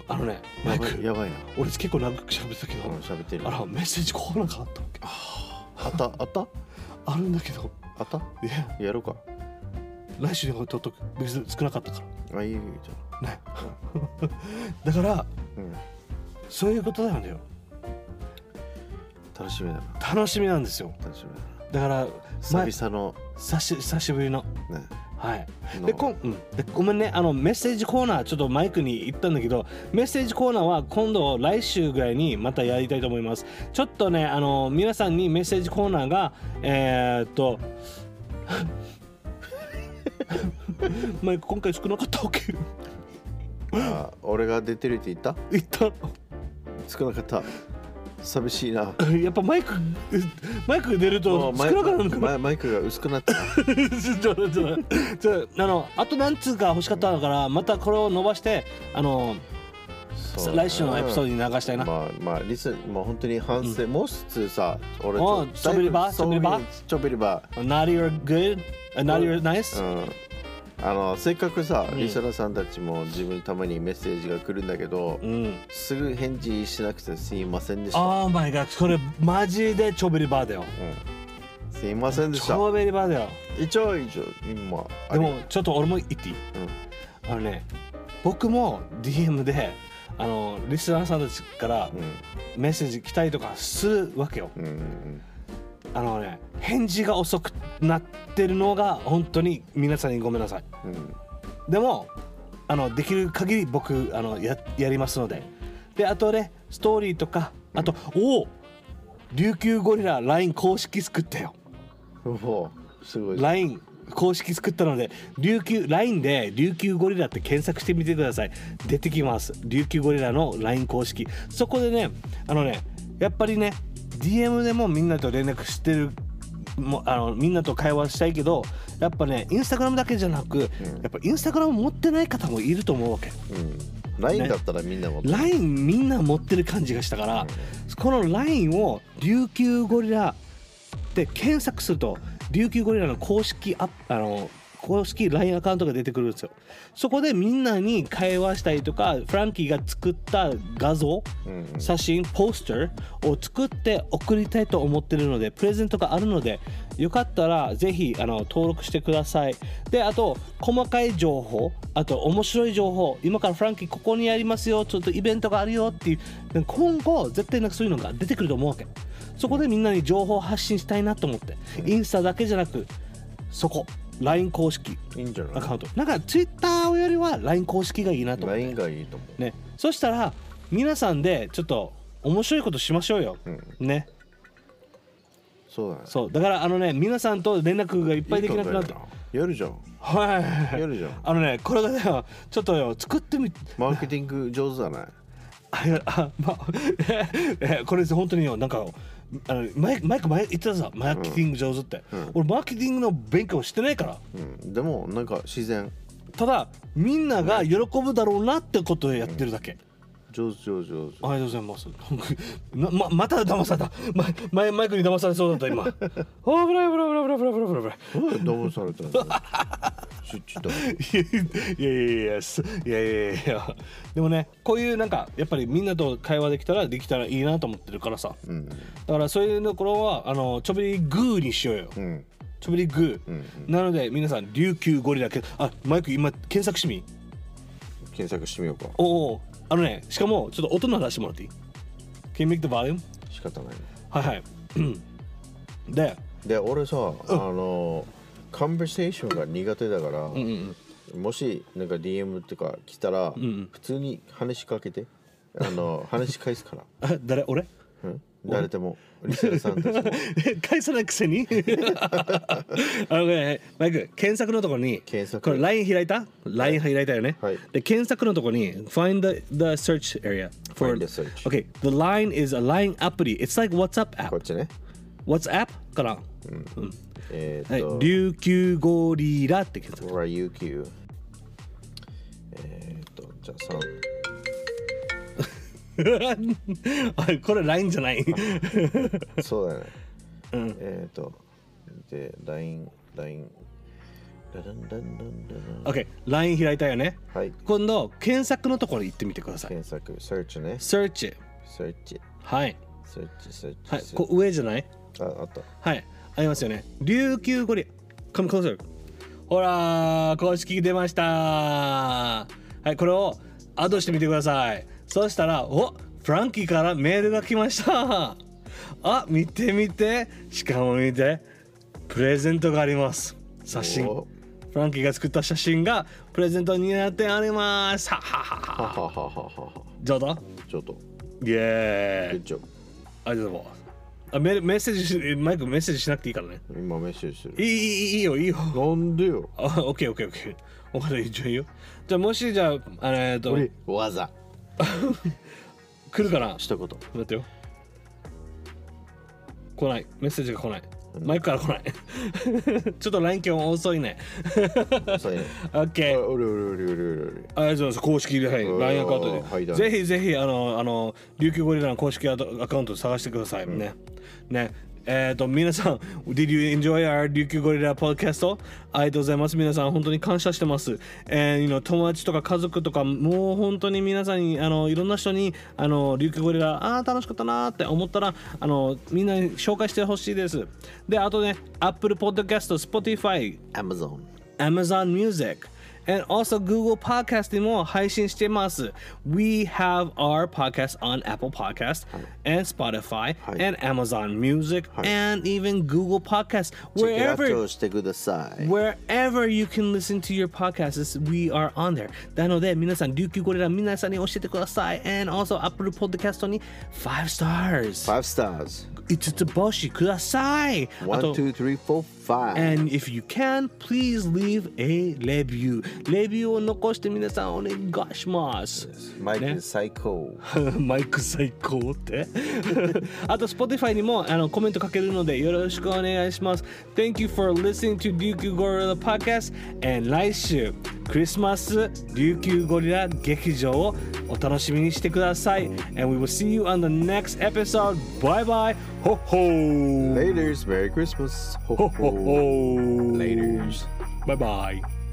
Speaker 1: あのねマ
Speaker 2: や
Speaker 1: イ
Speaker 2: ば
Speaker 1: ク
Speaker 2: いやばいな
Speaker 1: 俺結構長く喋ったけど
Speaker 2: うん喋ってる
Speaker 1: あらメッセージ来なかったわけ
Speaker 2: あったあった
Speaker 1: あるんだけど
Speaker 2: あった
Speaker 1: いや
Speaker 2: やろうか
Speaker 1: 来週でも取っとく別に少なかったか
Speaker 2: あいいよじ
Speaker 1: らね だから
Speaker 2: ゃあうん
Speaker 1: そういうことなんだよ
Speaker 2: 楽しみだな
Speaker 1: 楽しみなんですよ
Speaker 2: 楽しみだ
Speaker 1: だから
Speaker 2: な久々の
Speaker 1: 前久し久しぶりの
Speaker 2: ね
Speaker 1: はい
Speaker 2: の
Speaker 1: でこん、うん、でごめんねあのメッセージコーナーちょっとマイクに言ったんだけどメッセージコーナーは今度来週ぐらいにまたやりたいと思いますちょっとねあの皆さんにメッセージコーナーがえー、っと マイク今回少なかったわけ
Speaker 2: あ俺が出てるって言った
Speaker 1: 言った
Speaker 2: 少なかった寂しいな
Speaker 1: やっぱマイクマイク出る
Speaker 2: も
Speaker 1: と少
Speaker 2: うマ
Speaker 1: な
Speaker 2: イ
Speaker 1: くなるのかな
Speaker 2: マイマイクが薄くなったな
Speaker 1: ちょちょちょちょあのあと何通か欲しかったからまたこれを伸ばしてあの
Speaker 2: そ う
Speaker 1: 来週のエピソード
Speaker 2: う
Speaker 1: に流したい
Speaker 2: ん
Speaker 1: な、
Speaker 2: まあまあリスもう本当に反省、もう一つさ俺
Speaker 1: おうちょびりば
Speaker 2: そ
Speaker 1: ち
Speaker 2: う
Speaker 1: ょび
Speaker 2: いう
Speaker 1: りば
Speaker 2: ちょびりば
Speaker 1: Not you're good and not you're nice、
Speaker 2: うんあのせっかくさ、
Speaker 1: うん
Speaker 2: リスナーさんたちも自分たまにメッセージが来るんだけど、
Speaker 1: うん、
Speaker 2: すぐ返事しなくてすいませんでした、
Speaker 1: Oh my god これマジでちょびりバーだよ
Speaker 2: うんすいませんでし
Speaker 1: ち
Speaker 2: た
Speaker 1: ょびりバーだよ
Speaker 2: 一応一応今あ
Speaker 1: で
Speaker 2: れ
Speaker 1: もちょっと俺も言っていい、あのね僕も DM であのリスナーさんたちからメッセージ来たりとかするわけよ
Speaker 2: うんうんうん
Speaker 1: あのね返事が遅くなってるのが本当に皆さんにごめんなさい
Speaker 2: うんうん
Speaker 1: でもあのできる限り僕あのややりますのでであとねストーリーとかあと、おお琉球ゴリラ LINE 公式作ったよ
Speaker 2: おおすごい
Speaker 1: LINE 公式作ったので琉球 LINE で琉球ゴリラって検索してみてください出てきます琉球ゴリラの LINE 公式そこでねあのねやっぱりね DM でもみんなと連絡してるもあのみんなと会話したいけどやっぱねインスタグラムだけじゃなく、やっぱインスタグラム持ってない方もいると思うわけ
Speaker 2: うん、LINE だったらみんなも、
Speaker 1: LINE みんな持ってる感じがしたから、この LINE を琉球ゴリラで検索すると琉球ゴリラの公式アップあの公式 LINE アカウントが出てくるんですよそこでみんなに会話したりとかフランキーが作った画像、
Speaker 2: うんうん
Speaker 1: 写真ポスターを作って送りたいと思ってるのでプレゼントがあるのでよかったらぜひあの登録してくださいであと細かい情報あと面白い情報今からフランキーここにやりますよちょっとイベントがあるよっていう今後絶対なんかそういうのが出てくると思うわけそこでみんなに情報を発信したいなと思ってインスタだけじゃなくそこ LINE 公式
Speaker 2: いいんじゃな
Speaker 1: ア
Speaker 2: い
Speaker 1: カウントなんか Twitter よりは LINE 公式がいいなと思って
Speaker 2: ?LINE がいいと思
Speaker 1: ね、そしたら皆さんでちょっと面白いことしましょうよ、ね
Speaker 2: う。そうだね。
Speaker 1: そうだからあのね皆さんと連絡がいっぱいできなくなって
Speaker 2: いい考えだやるじゃん。
Speaker 1: はい
Speaker 2: やるじゃん
Speaker 1: あのねこれがねちょっとよ作ってみ
Speaker 2: マーケティング上手だね。
Speaker 1: あいやあ、ま、えこれ本当によなんかよあのマイクマイク前言ってたさマーケティング上手って、俺マーケティングの勉強してないから
Speaker 2: うん。でも、なんか自然、
Speaker 1: ただみんなが喜ぶだろうなってことをやってるだけ、
Speaker 2: 上手上手上手。
Speaker 1: ありがとうございます。 なままた騙された。 まマイマイクに騙されそうだった今。 おぶらいぶらぶらぶらぶらぶらぶらぶら。
Speaker 2: どう騙されたんだよ。そっちだ。
Speaker 1: いやいやいやすいやいやいや。でもねこういうなんかやっぱりみんなと会話できたらできたらいいなと思ってるからさ。
Speaker 2: うん。
Speaker 1: だからそういうところはあのちょびりグーにしようよ。
Speaker 2: うん。
Speaker 1: ちょびりグー。
Speaker 2: ん
Speaker 1: なので皆さん琉球ゴリラけあマイク今検索してみ。
Speaker 2: 検索してみようか。
Speaker 1: おおあのねしかもちょっと音鳴らしてもらっていい？Can you make the volume？
Speaker 2: 仕方ないね。
Speaker 1: はいはい。うんで。
Speaker 2: で、俺さ、あの、コンバセーションが苦手だから、もし、なんか DM とか来たら、普通に話しかけて、あ の、話し返すから。
Speaker 1: あ誰俺
Speaker 2: うん誰でも、リセルさんたちも。
Speaker 1: 返さないくせに あのねマイク検索のところに
Speaker 2: 検索
Speaker 1: これ LINE 開いた ?LINE 開いたよね、
Speaker 2: はい
Speaker 1: で検索のところに Find the, the search area
Speaker 2: Find the search.
Speaker 1: Okay the line is a line アプリ It's like WhatsApp
Speaker 2: こ
Speaker 1: app
Speaker 2: っちね。
Speaker 1: WhatsApp かな、
Speaker 2: えー
Speaker 1: は
Speaker 2: っ
Speaker 1: い
Speaker 2: と、、
Speaker 1: 琉球ゴリラって検索
Speaker 2: ほら、UQ。えーっと、じゃあさん、
Speaker 1: あこれ LINE じゃない
Speaker 2: そうだね。えーっと、で、LINE、LINE。ダダンダンダンダダン
Speaker 1: OK!LINE 開いたよね。
Speaker 2: はい、
Speaker 1: 今度、検索のところに行ってみてください。
Speaker 2: 検索、search ね。
Speaker 1: Search。
Speaker 2: search、
Speaker 1: はい。
Speaker 2: search、search。
Speaker 1: はい。こう上じゃない
Speaker 2: あ、あった。
Speaker 1: はい。ありますよね。琉球ゴリラ。Come closer。ほらー、公式出ましたーはい、これをアドしてみてください。そしたら、おフランキーからメールが来ました。あ、見て見て。しかも見て。プレゼントがあります。写真。
Speaker 2: お
Speaker 1: フランキーが作った写真がプレゼントになってあります。はっはっはっは。
Speaker 2: はははははは。
Speaker 1: 上手
Speaker 2: ちょっと、
Speaker 1: イエーイ
Speaker 2: good job。
Speaker 1: ありがとうございます。あメメッセージし、マイクメッセージしなくていいからね。
Speaker 2: 今メッセージして
Speaker 1: いい
Speaker 2: る。
Speaker 1: いいいいよ、いいよ。
Speaker 2: なんで よ。
Speaker 1: あ、オッケーオッケーオッケー。お金一応いいよ。じゃあもしじゃあ、あのえっと、
Speaker 2: 俺、わざ。
Speaker 1: 来るかなち
Speaker 2: 一言。
Speaker 1: ょっと待ってよ。来ない。メッセージが来ない。 マイクから来ない。ちょっと LINE 今日遅いね。
Speaker 2: そうやね
Speaker 1: オッ ケー。
Speaker 2: あ俺、俺、俺、
Speaker 1: あ
Speaker 2: 俺、俺、俺。
Speaker 1: りがとうございます。公式で、はい、
Speaker 2: おー
Speaker 1: LINE アカウ
Speaker 2: は
Speaker 1: ン
Speaker 2: い
Speaker 1: ト
Speaker 2: だ
Speaker 1: で。ぜひぜひ、あの、あの、琉球ゴリラの公式アドアカウント探してください。ね。ね。えっ、と、皆さん、Did you enjoy our 琉球ゴリラ podcast? ありがとうございます。皆さん、本当に感謝してます。えー、you know 友達とか家族とか、もう本当に皆さんに、あの、いろんな人に、あの、琉球ゴリラ、あー楽しかったなーって思ったら、あの、みんなに紹介してほしいです。で、あとね、Apple Podcast、Spotify、
Speaker 2: Amazon。
Speaker 1: Amazon Music, and also Google Podcast にも配信してます。We have our podcast on Apple Podcast and Spotify
Speaker 2: はい
Speaker 1: and Amazon Music
Speaker 2: はい
Speaker 1: and even Google Podcast.
Speaker 2: チェックアウ
Speaker 1: Wherever
Speaker 2: トしてください。
Speaker 1: Wherever you can listen to your podcasts, we are on there. なので、皆さん、琉球ゴリラ、皆さんに教えてください。And also, Apple Podcast に5 stars。
Speaker 2: 5 stars。
Speaker 1: 5つ星ください。あと
Speaker 2: 1、2、3、4、5。
Speaker 1: And if you can, please leave a review. レビューを残して皆さんお願いします。
Speaker 2: マイク最高。
Speaker 1: マイク最高って あと Spotify にもあのコメントかけるのでよろしくお願いします Thank you for listening to 琉球ゴリラ Podcast and 来週クリスマス琉球ゴリラ劇場をお楽しみにしてください And we will see you on the next episode Bye bye ほっほー
Speaker 2: Laters, Merry Christmas. Ho,
Speaker 1: ほ
Speaker 2: ho,
Speaker 1: っほー
Speaker 2: Laters.
Speaker 1: Bye bye